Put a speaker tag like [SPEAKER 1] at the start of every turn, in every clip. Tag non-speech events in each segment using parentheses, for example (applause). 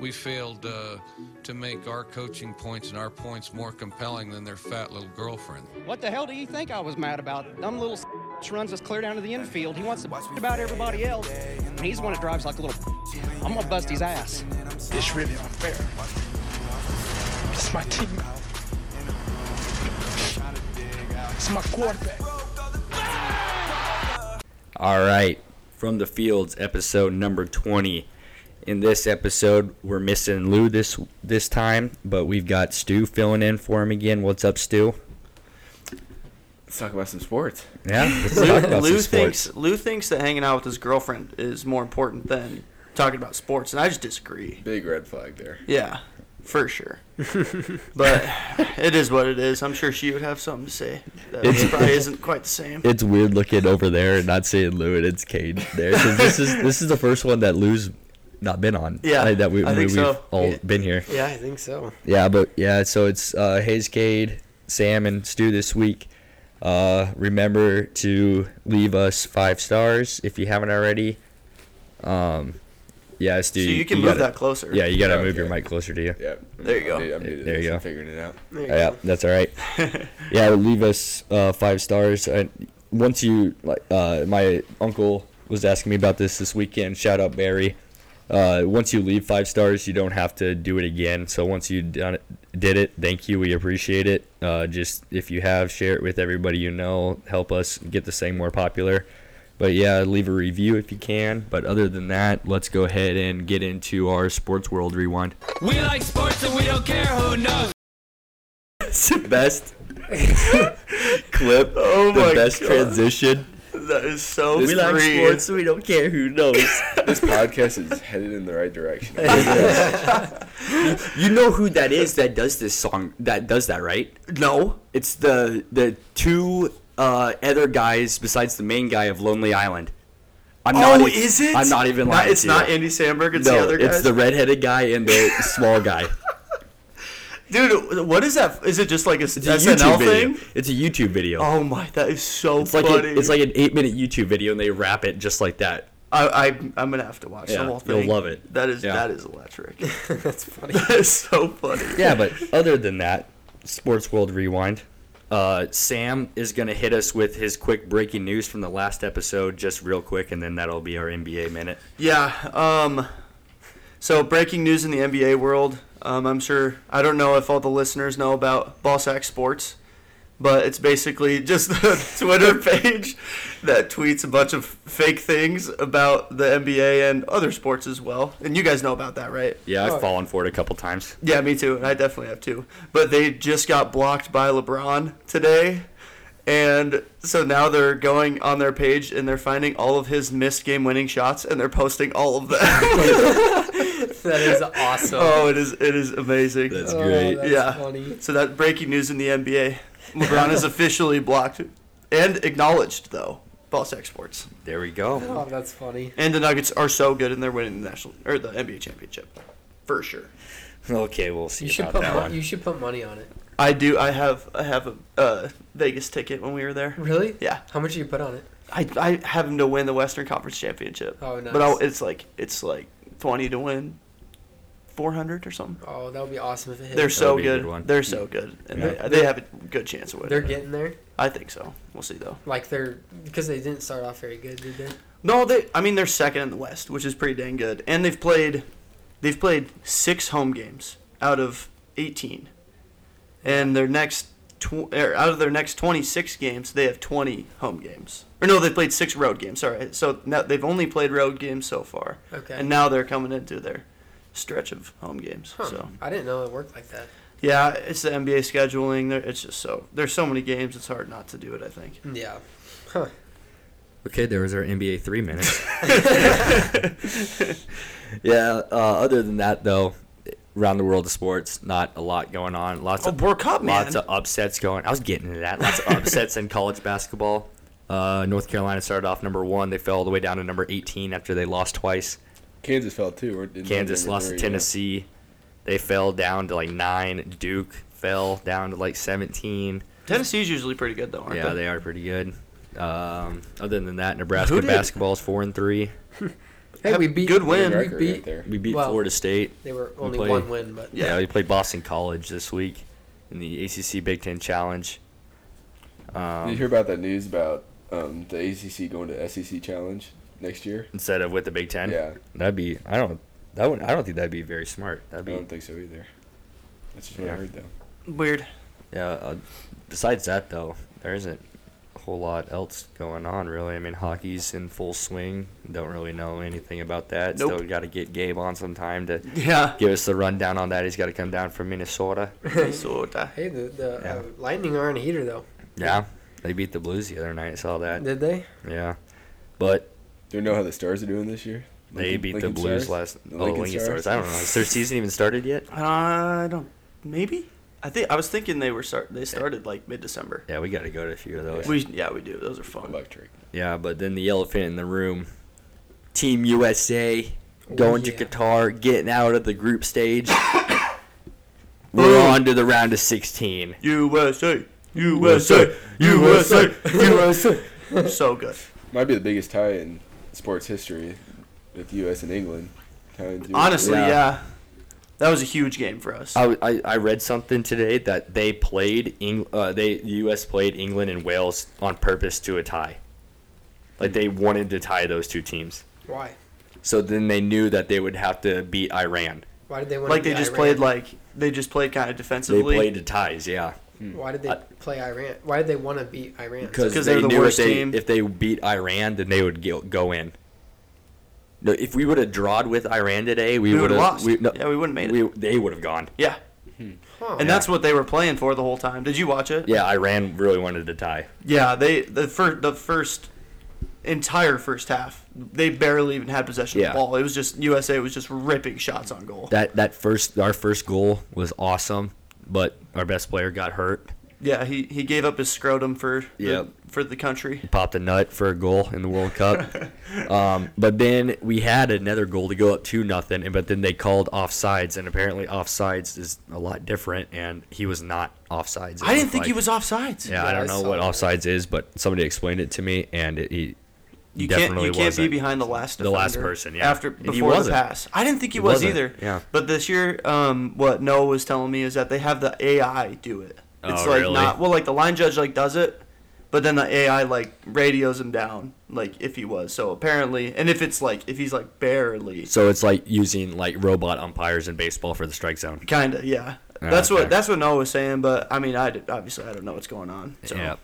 [SPEAKER 1] we failed uh, to make our coaching points and our points more compelling than their fat little girlfriend.
[SPEAKER 2] What the hell do you think I was mad about? Dumb little runs us clear down to the infield. He wants to about everybody else, and he's the one that drives like a little. I'm gonna bust his ass.
[SPEAKER 3] It's really unfair. It's my team. It's my quarterback.
[SPEAKER 4] All right, from the fields, episode number 20. In this episode, we're missing Lou this this time, but we've got Stu filling in for him again. What's up, Stu?
[SPEAKER 5] Let's talk about some sports.
[SPEAKER 4] Yeah, let's
[SPEAKER 6] Lou,
[SPEAKER 4] talk about some
[SPEAKER 6] Lou
[SPEAKER 4] sports.
[SPEAKER 6] thinks Lou thinks that hanging out with his girlfriend is more important than talking about sports, and I just disagree.
[SPEAKER 5] Big red flag there.
[SPEAKER 6] Yeah,
[SPEAKER 4] (laughs)
[SPEAKER 6] for sure. but it is what it is. I'm sure she would have something to say. That
[SPEAKER 4] It's- (laughs)
[SPEAKER 6] probably isn't quite the same.
[SPEAKER 4] It's weird looking over there and not seeing Lou, and it's Cade there. 'cause this is this is the first one that Lou's not been on.
[SPEAKER 6] Yeah,
[SPEAKER 4] like, that we,
[SPEAKER 6] I think
[SPEAKER 4] we've
[SPEAKER 6] so.
[SPEAKER 4] all
[SPEAKER 6] Yeah.
[SPEAKER 4] been here.
[SPEAKER 7] Yeah, I think so.
[SPEAKER 4] Yeah, but yeah, so it's uh, Hayes Cade, Sam, and Stu this week. Uh, remember to leave us five stars if you haven't already. Um, yeah, Stu.
[SPEAKER 6] so you can move
[SPEAKER 4] gotta-
[SPEAKER 6] that closer.
[SPEAKER 4] Yeah, you gotta
[SPEAKER 5] Okay.
[SPEAKER 4] move your mic closer to you.
[SPEAKER 5] Yeah.
[SPEAKER 6] There you go.
[SPEAKER 5] I'm, new- I'm new to
[SPEAKER 4] There
[SPEAKER 5] this.
[SPEAKER 4] you go.
[SPEAKER 5] I'm figuring it out.
[SPEAKER 7] There you
[SPEAKER 4] Yeah,
[SPEAKER 7] go.
[SPEAKER 4] that's all
[SPEAKER 7] (laughs)
[SPEAKER 4] right. yeah, leave us uh, five stars. And once you like, uh, my uncle was asking me about this this weekend. Shout out Barry. Uh, once you leave five stars, you don't have to do it again. So once you done it, did it, thank you. We appreciate it. Uh, just if you have, share it with everybody you know. Help us get this thing more popular. But yeah, leave a review if you can. But other than that, let's go ahead and get into our sports world rewind.
[SPEAKER 8] We like sports and we don't care who knows.
[SPEAKER 4] It's (laughs) the best (laughs) clip.
[SPEAKER 6] Oh
[SPEAKER 4] the
[SPEAKER 6] my
[SPEAKER 4] best
[SPEAKER 6] God.
[SPEAKER 4] transition.
[SPEAKER 6] That is so
[SPEAKER 4] We like
[SPEAKER 6] free.
[SPEAKER 4] sports. We don't care who knows.
[SPEAKER 5] This podcast is headed in the right direction.
[SPEAKER 6] (laughs)
[SPEAKER 4] you know who that is that does this song? That does that, right? No, it's the the two uh, other guys besides the main guy of Lonely Island. I'm
[SPEAKER 6] Oh,
[SPEAKER 4] e-
[SPEAKER 6] is it?
[SPEAKER 4] I'm not even
[SPEAKER 6] Not-
[SPEAKER 4] lying.
[SPEAKER 6] It's
[SPEAKER 4] to
[SPEAKER 6] not
[SPEAKER 4] you.
[SPEAKER 6] Andy Samberg. It's
[SPEAKER 4] no,
[SPEAKER 6] the other guy.
[SPEAKER 4] it's the redheaded guy and the
[SPEAKER 6] (laughs)
[SPEAKER 4] small guy.
[SPEAKER 6] Dude, what is that? Is it just like a
[SPEAKER 4] It's a
[SPEAKER 6] SNL
[SPEAKER 4] YouTube video.
[SPEAKER 6] thing?
[SPEAKER 4] It's a YouTube video.
[SPEAKER 6] Oh my, that is so
[SPEAKER 4] it's like
[SPEAKER 6] funny.
[SPEAKER 4] a, it's like an eight minute YouTube video, and they wrap it just like that.
[SPEAKER 6] I, I I'm gonna have to watch
[SPEAKER 4] Yeah,
[SPEAKER 6] the whole
[SPEAKER 4] you'll
[SPEAKER 6] thing.
[SPEAKER 4] love it.
[SPEAKER 6] That is
[SPEAKER 4] Yeah.
[SPEAKER 6] that is electric. (laughs)
[SPEAKER 4] (laughs)
[SPEAKER 7] that's funny.
[SPEAKER 6] that is so funny.
[SPEAKER 4] yeah, but other than that, Sports World Rewind. Uh, Sam is going to hit us with his quick breaking news from the last episode, just real quick, and then that'll be our NBA minute.
[SPEAKER 6] Yeah. Um, so breaking news in the NBA world. Um, I'm sure I don't know if all the listeners know about Ballsack Sports, but it's basically just (laughs) the
[SPEAKER 4] (laughs)
[SPEAKER 6] Twitter page that tweets a bunch of fake things about the NBA and other sports as well. And you guys know about that, right?
[SPEAKER 4] Yeah, I've fallen for it a couple times.
[SPEAKER 6] Yeah, me too. And I definitely have too. But they just got blocked by LeBron today. And so now they're going on their page and they're finding all of his missed game winning shots and they're posting all of
[SPEAKER 7] (laughs)
[SPEAKER 6] them.
[SPEAKER 7] That is awesome.
[SPEAKER 6] oh, it is it is amazing.
[SPEAKER 4] That's
[SPEAKER 7] Oh,
[SPEAKER 4] great.
[SPEAKER 6] (laughs)
[SPEAKER 7] that's
[SPEAKER 6] yeah.
[SPEAKER 7] funny.
[SPEAKER 6] So that breaking news in the NBA. LeBron
[SPEAKER 7] (laughs)
[SPEAKER 6] is officially blocked and acknowledged though. Boss Exports.
[SPEAKER 4] There we go.
[SPEAKER 7] Oh, that's funny.
[SPEAKER 6] And the Nuggets are so good and they're winning the national or the NBA championship. For sure.
[SPEAKER 4] (laughs) Okay, we'll
[SPEAKER 7] You
[SPEAKER 4] see
[SPEAKER 7] should
[SPEAKER 4] about
[SPEAKER 7] put
[SPEAKER 4] that
[SPEAKER 7] mon-
[SPEAKER 4] one.
[SPEAKER 7] you should put money on it.
[SPEAKER 6] I do I have I have a uh, Vegas ticket when we were there.
[SPEAKER 7] Really?
[SPEAKER 6] Yeah.
[SPEAKER 7] How much do you put on it?
[SPEAKER 6] I, I have him to win the Western Conference Championship.
[SPEAKER 7] Oh, nice.
[SPEAKER 6] But I'll, it's like it's like twenty to win four hundred or something.
[SPEAKER 7] Oh, that would be awesome if it hit.
[SPEAKER 6] They're so
[SPEAKER 4] be a
[SPEAKER 6] good.
[SPEAKER 4] good one.
[SPEAKER 6] They're so good, and
[SPEAKER 4] Yeah.
[SPEAKER 6] they, they have a good chance of winning.
[SPEAKER 7] They're getting there.
[SPEAKER 6] I think so. We'll see though.
[SPEAKER 7] Like they're because they didn't start off very good, did they?
[SPEAKER 6] No, they. I mean, they're second in the West, which is pretty dang good. And they've played, they've played six home games out of eighteen, and their next tw- or out of their next twenty six games, they have twenty home games. Or no, they played six road games. Sorry, so now they've only played road games so far,
[SPEAKER 7] Okay.
[SPEAKER 6] and now they're coming into their stretch of home games.
[SPEAKER 7] Huh.
[SPEAKER 6] So
[SPEAKER 7] I didn't know it worked like that.
[SPEAKER 6] yeah, it's the NBA scheduling. There, it's just so there's so many games. It's hard not to do it. I think.
[SPEAKER 7] Yeah. Huh.
[SPEAKER 4] Okay, there was our NBA three minutes. (laughs) yeah. Uh, other than that, though, around the world of sports, not a lot going on. Lots
[SPEAKER 6] Oh,
[SPEAKER 4] of
[SPEAKER 6] World Cup, man.
[SPEAKER 4] Lots of upsets going. I was getting into that. Lots of upsets in college basketball. Uh, North Carolina started off number one. They fell all the way down to number 18 after they lost twice.
[SPEAKER 5] Kansas fell too. weren't- didn't they?
[SPEAKER 4] Kansas
[SPEAKER 5] Number
[SPEAKER 4] lost
[SPEAKER 5] three,
[SPEAKER 4] to Tennessee. They fell down to like nine. Duke fell down to like 17.
[SPEAKER 6] Tennessee's usually pretty good though, aren't
[SPEAKER 4] Yeah,
[SPEAKER 6] they?
[SPEAKER 4] they are pretty good. Um, other than that, Nebraska
[SPEAKER 6] Who did-
[SPEAKER 4] basketball is four and three.
[SPEAKER 7] Hey, we beat
[SPEAKER 6] good win.
[SPEAKER 5] Good
[SPEAKER 7] we
[SPEAKER 5] record
[SPEAKER 7] beat-
[SPEAKER 5] right there.
[SPEAKER 4] We beat
[SPEAKER 7] Well,
[SPEAKER 4] Florida State.
[SPEAKER 7] They were
[SPEAKER 4] We
[SPEAKER 7] only
[SPEAKER 4] play-
[SPEAKER 7] one win, but
[SPEAKER 4] Yeah. we played Boston College this week in the ACC Big Ten Challenge. Um,
[SPEAKER 5] Did you hear about that news about um, the ACC going to SEC Challenge next year?
[SPEAKER 4] Instead of with the Big Ten,
[SPEAKER 5] Yeah,
[SPEAKER 4] that'd be I don't that would I don't think that'd be very smart. That'd
[SPEAKER 5] I
[SPEAKER 4] be
[SPEAKER 5] don't think so either. That's just what
[SPEAKER 4] Yeah.
[SPEAKER 5] I heard though.
[SPEAKER 6] Weird.
[SPEAKER 4] Yeah. Uh, besides that, though, there isn't a whole lot else going on, really. I mean, hockey's in full swing. Don't really know anything about that.
[SPEAKER 6] Nope.
[SPEAKER 4] Still got to get Gabe on sometime to
[SPEAKER 6] (laughs) (laughs) Yeah.
[SPEAKER 4] give us the rundown on that. He's got to come down from Minnesota.
[SPEAKER 6] Minnesota.
[SPEAKER 7] hey, the, the
[SPEAKER 4] Yeah.
[SPEAKER 7] uh, Lightning are in a heater though.
[SPEAKER 4] Yeah. They beat the Blues the other night. I saw that.
[SPEAKER 7] Did they?
[SPEAKER 4] Yeah. But
[SPEAKER 5] Do you know how the Stars are doing this year?
[SPEAKER 4] they
[SPEAKER 5] Lincoln-
[SPEAKER 4] beat
[SPEAKER 5] Lincoln
[SPEAKER 4] the Blues
[SPEAKER 5] Stars?
[SPEAKER 4] last.
[SPEAKER 5] The
[SPEAKER 4] oh, Lincoln, Stars. I don't know. Has their season even started yet?
[SPEAKER 6] I don't. Maybe. I think I was thinking they were start. They started like mid December.
[SPEAKER 4] Yeah, we got to go to a few of those.
[SPEAKER 6] We yeah we do. Those are fun.
[SPEAKER 5] Electric.
[SPEAKER 4] Yeah, but then the elephant in the room, Team USA going
[SPEAKER 7] yeah.
[SPEAKER 4] to Qatar, getting out of the group stage. We're on to the round of 16.
[SPEAKER 6] USA. USA. USA. USA. (laughs) so good.
[SPEAKER 5] Might be the biggest tie in sports history with U.S. and England. Tying through-
[SPEAKER 6] Honestly,
[SPEAKER 4] Yeah.
[SPEAKER 6] yeah. That was a huge game for us.
[SPEAKER 4] I, I, I read something today that they played Eng, uh, they the U.S. played England and Wales on purpose to a tie. Like they wanted to tie those two teams,
[SPEAKER 7] Why?
[SPEAKER 4] so then they knew that they would have to beat Iran.
[SPEAKER 7] Why did they want?
[SPEAKER 6] like
[SPEAKER 7] to
[SPEAKER 6] they
[SPEAKER 7] beat
[SPEAKER 6] just
[SPEAKER 7] Iran?
[SPEAKER 6] played like they just played kind of
[SPEAKER 4] They
[SPEAKER 6] defensively.
[SPEAKER 4] played to ties, yeah,
[SPEAKER 7] Why did they
[SPEAKER 4] I-
[SPEAKER 7] play Iran? Why did they want to beat Iran?
[SPEAKER 4] because
[SPEAKER 6] 'Cause
[SPEAKER 4] they
[SPEAKER 6] they're the
[SPEAKER 4] knew
[SPEAKER 6] worst
[SPEAKER 4] if they
[SPEAKER 6] team.
[SPEAKER 4] if they beat Iran, then they would go, go in. No, if we would have drawed with Iran today, we,
[SPEAKER 6] We
[SPEAKER 4] would
[SPEAKER 6] would've
[SPEAKER 4] have
[SPEAKER 6] lost.
[SPEAKER 4] We, no,
[SPEAKER 6] Yeah, we wouldn't made it.
[SPEAKER 4] we, They would have gone.
[SPEAKER 6] yeah,
[SPEAKER 7] Huh.
[SPEAKER 6] and that's what they were playing for the whole time. Did you watch it?
[SPEAKER 4] Yeah, Iran really wanted to tie.
[SPEAKER 6] Yeah, they the first the first entire first half they barely even had possession
[SPEAKER 4] Yeah.
[SPEAKER 6] of the ball. It was just USA was just ripping shots on goal.
[SPEAKER 4] That that first our first goal was awesome, but our best player got hurt.
[SPEAKER 6] yeah, he, he gave up his scrotum for
[SPEAKER 4] Yep.
[SPEAKER 6] the, for the country.
[SPEAKER 4] popped a nut for a goal in the World
[SPEAKER 6] (laughs)
[SPEAKER 4] Cup. um, but then we had another goal to go up two nothing, and but then they called offsides, and apparently offsides is a lot different, and he was not offsides. It
[SPEAKER 6] I didn't think
[SPEAKER 4] like-
[SPEAKER 6] he was offsides.
[SPEAKER 4] Yeah, I
[SPEAKER 7] Yeah,
[SPEAKER 4] don't
[SPEAKER 7] I
[SPEAKER 4] know
[SPEAKER 7] saw
[SPEAKER 4] what
[SPEAKER 7] that.
[SPEAKER 4] offsides is, but somebody explained it to me, and it, he
[SPEAKER 6] you can't
[SPEAKER 4] definitely
[SPEAKER 6] you can't be
[SPEAKER 4] wasn't.
[SPEAKER 6] behind the last
[SPEAKER 4] The last
[SPEAKER 6] defender
[SPEAKER 4] person, yeah.
[SPEAKER 6] after
[SPEAKER 4] And he
[SPEAKER 6] before the
[SPEAKER 4] wasn't.
[SPEAKER 6] pass. I didn't think he,
[SPEAKER 4] He
[SPEAKER 6] was
[SPEAKER 4] wasn't,
[SPEAKER 6] either.
[SPEAKER 4] yeah.
[SPEAKER 6] But this year, um, what Noah was telling me is that they have the AI do it. It's
[SPEAKER 4] Oh,
[SPEAKER 6] like
[SPEAKER 4] really?
[SPEAKER 6] not well, like the line judge like does it, but then the AI like radios him down, like if he was. So apparently, and if it's like if he's like barely,
[SPEAKER 4] So it's like using like robot umpires in baseball for the strike zone.
[SPEAKER 6] kinda, yeah.
[SPEAKER 4] Ah,
[SPEAKER 6] That's
[SPEAKER 4] okay.
[SPEAKER 6] what that's what Noah was saying, but I mean, I did, obviously I don't know what's going on. So.
[SPEAKER 4] Yeah.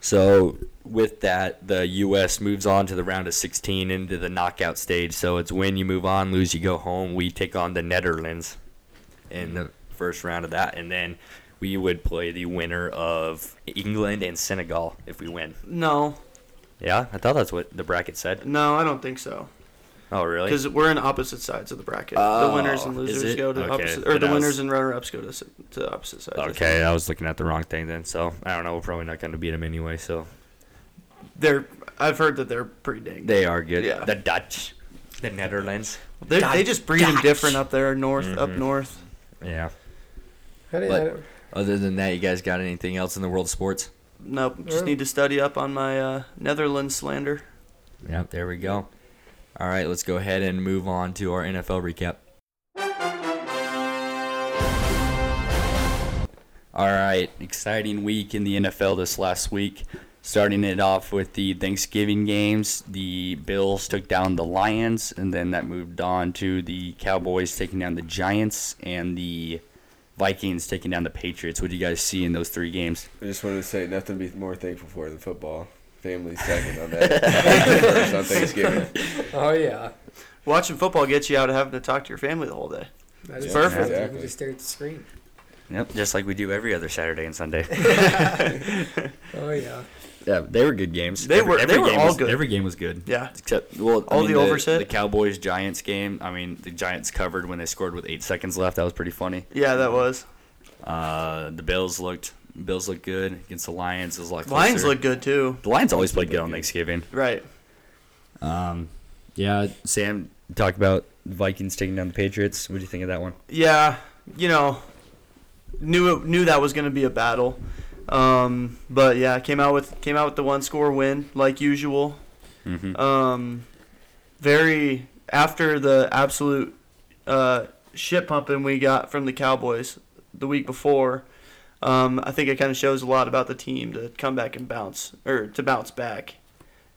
[SPEAKER 4] So with that, the U.S. moves on to the round of 16 into the knockout stage. So it's win you move on, lose you go home. We take on the Netherlands in the first round of that, and then we would play the winner of England and Senegal if we win.
[SPEAKER 6] No,
[SPEAKER 4] Yeah, I thought that's what the bracket said.
[SPEAKER 6] no, I don't think so.
[SPEAKER 4] Oh, really?
[SPEAKER 6] Because we're on opposite sides of the bracket. the
[SPEAKER 4] Oh,
[SPEAKER 6] winners and
[SPEAKER 4] is
[SPEAKER 6] losers
[SPEAKER 4] it?
[SPEAKER 6] go to
[SPEAKER 4] Okay,
[SPEAKER 6] opposite, or
[SPEAKER 4] then
[SPEAKER 6] the
[SPEAKER 4] I was-
[SPEAKER 6] winners and runner-ups go to s- to opposite sides. I think.
[SPEAKER 4] Okay, I was looking at the wrong thing then. So I don't know. We're probably not going to beat them anyway. So
[SPEAKER 6] They're. I've heard that they're pretty dang. They
[SPEAKER 4] they are good.
[SPEAKER 6] Yeah.
[SPEAKER 4] The Dutch, the Netherlands.
[SPEAKER 6] they, just breed them different up there north, up
[SPEAKER 4] Mm-hmm.
[SPEAKER 6] north.
[SPEAKER 4] Yeah.
[SPEAKER 7] How did,
[SPEAKER 4] But-
[SPEAKER 7] I don't-
[SPEAKER 4] Other than that, you guys got anything else in the world of sports?
[SPEAKER 6] Nope. Just
[SPEAKER 7] Yeah.
[SPEAKER 6] need to study up on my uh, Netherlands slander.
[SPEAKER 4] Yep, there we go. All right, let's go ahead and move on to our NFL recap.
[SPEAKER 9] All right, exciting week in the NFL this last week. Starting it off with the Thanksgiving games, the Bills took down the Lions, and then that moved on to the Cowboys taking down the Giants and the Vikings taking down the Patriots. What do you guys see in those three games?
[SPEAKER 5] I just wanted to say nothing to be more thankful for than football. Family second on
[SPEAKER 6] (laughs)
[SPEAKER 5] that. First on Thanksgiving.
[SPEAKER 7] oh yeah,
[SPEAKER 6] Watching football gets you out of having to talk to your family the whole day.
[SPEAKER 7] that is
[SPEAKER 5] Yeah,
[SPEAKER 7] perfect. You
[SPEAKER 5] exactly.
[SPEAKER 7] can just stare at the screen.
[SPEAKER 9] Yep, just like we do every other Saturday and Sunday.
[SPEAKER 7] Oh yeah.
[SPEAKER 9] yeah, they were good games.
[SPEAKER 6] They were- they were
[SPEAKER 9] game
[SPEAKER 6] all
[SPEAKER 9] was,
[SPEAKER 6] good.
[SPEAKER 9] Every game was good.
[SPEAKER 6] Yeah.
[SPEAKER 9] Except well, I
[SPEAKER 6] All
[SPEAKER 9] mean,
[SPEAKER 6] the overs hit.
[SPEAKER 9] The Cowboys Giants game. I mean, the Giants covered when they scored with eight seconds left. That was pretty funny.
[SPEAKER 6] Yeah,
[SPEAKER 4] Mm-hmm.
[SPEAKER 6] that was.
[SPEAKER 9] Uh, the Bills looked Bills looked good against the Lions. It was a lot
[SPEAKER 6] Lions
[SPEAKER 9] closer.
[SPEAKER 6] look good too.
[SPEAKER 9] the Lions always played good on Thanksgiving.
[SPEAKER 6] Right.
[SPEAKER 9] Um, yeah, Sam talked about Vikings taking down the Patriots. What do you think of that one?
[SPEAKER 6] yeah, you know, knew it, knew that was going to be a battle. Um, but yeah, came out with came out with the one score win like usual. Um, very after the absolute uh, shit pumping we got from the Cowboys the week before. Um, I think it kind of shows a lot about the team to come back and bounce or to bounce back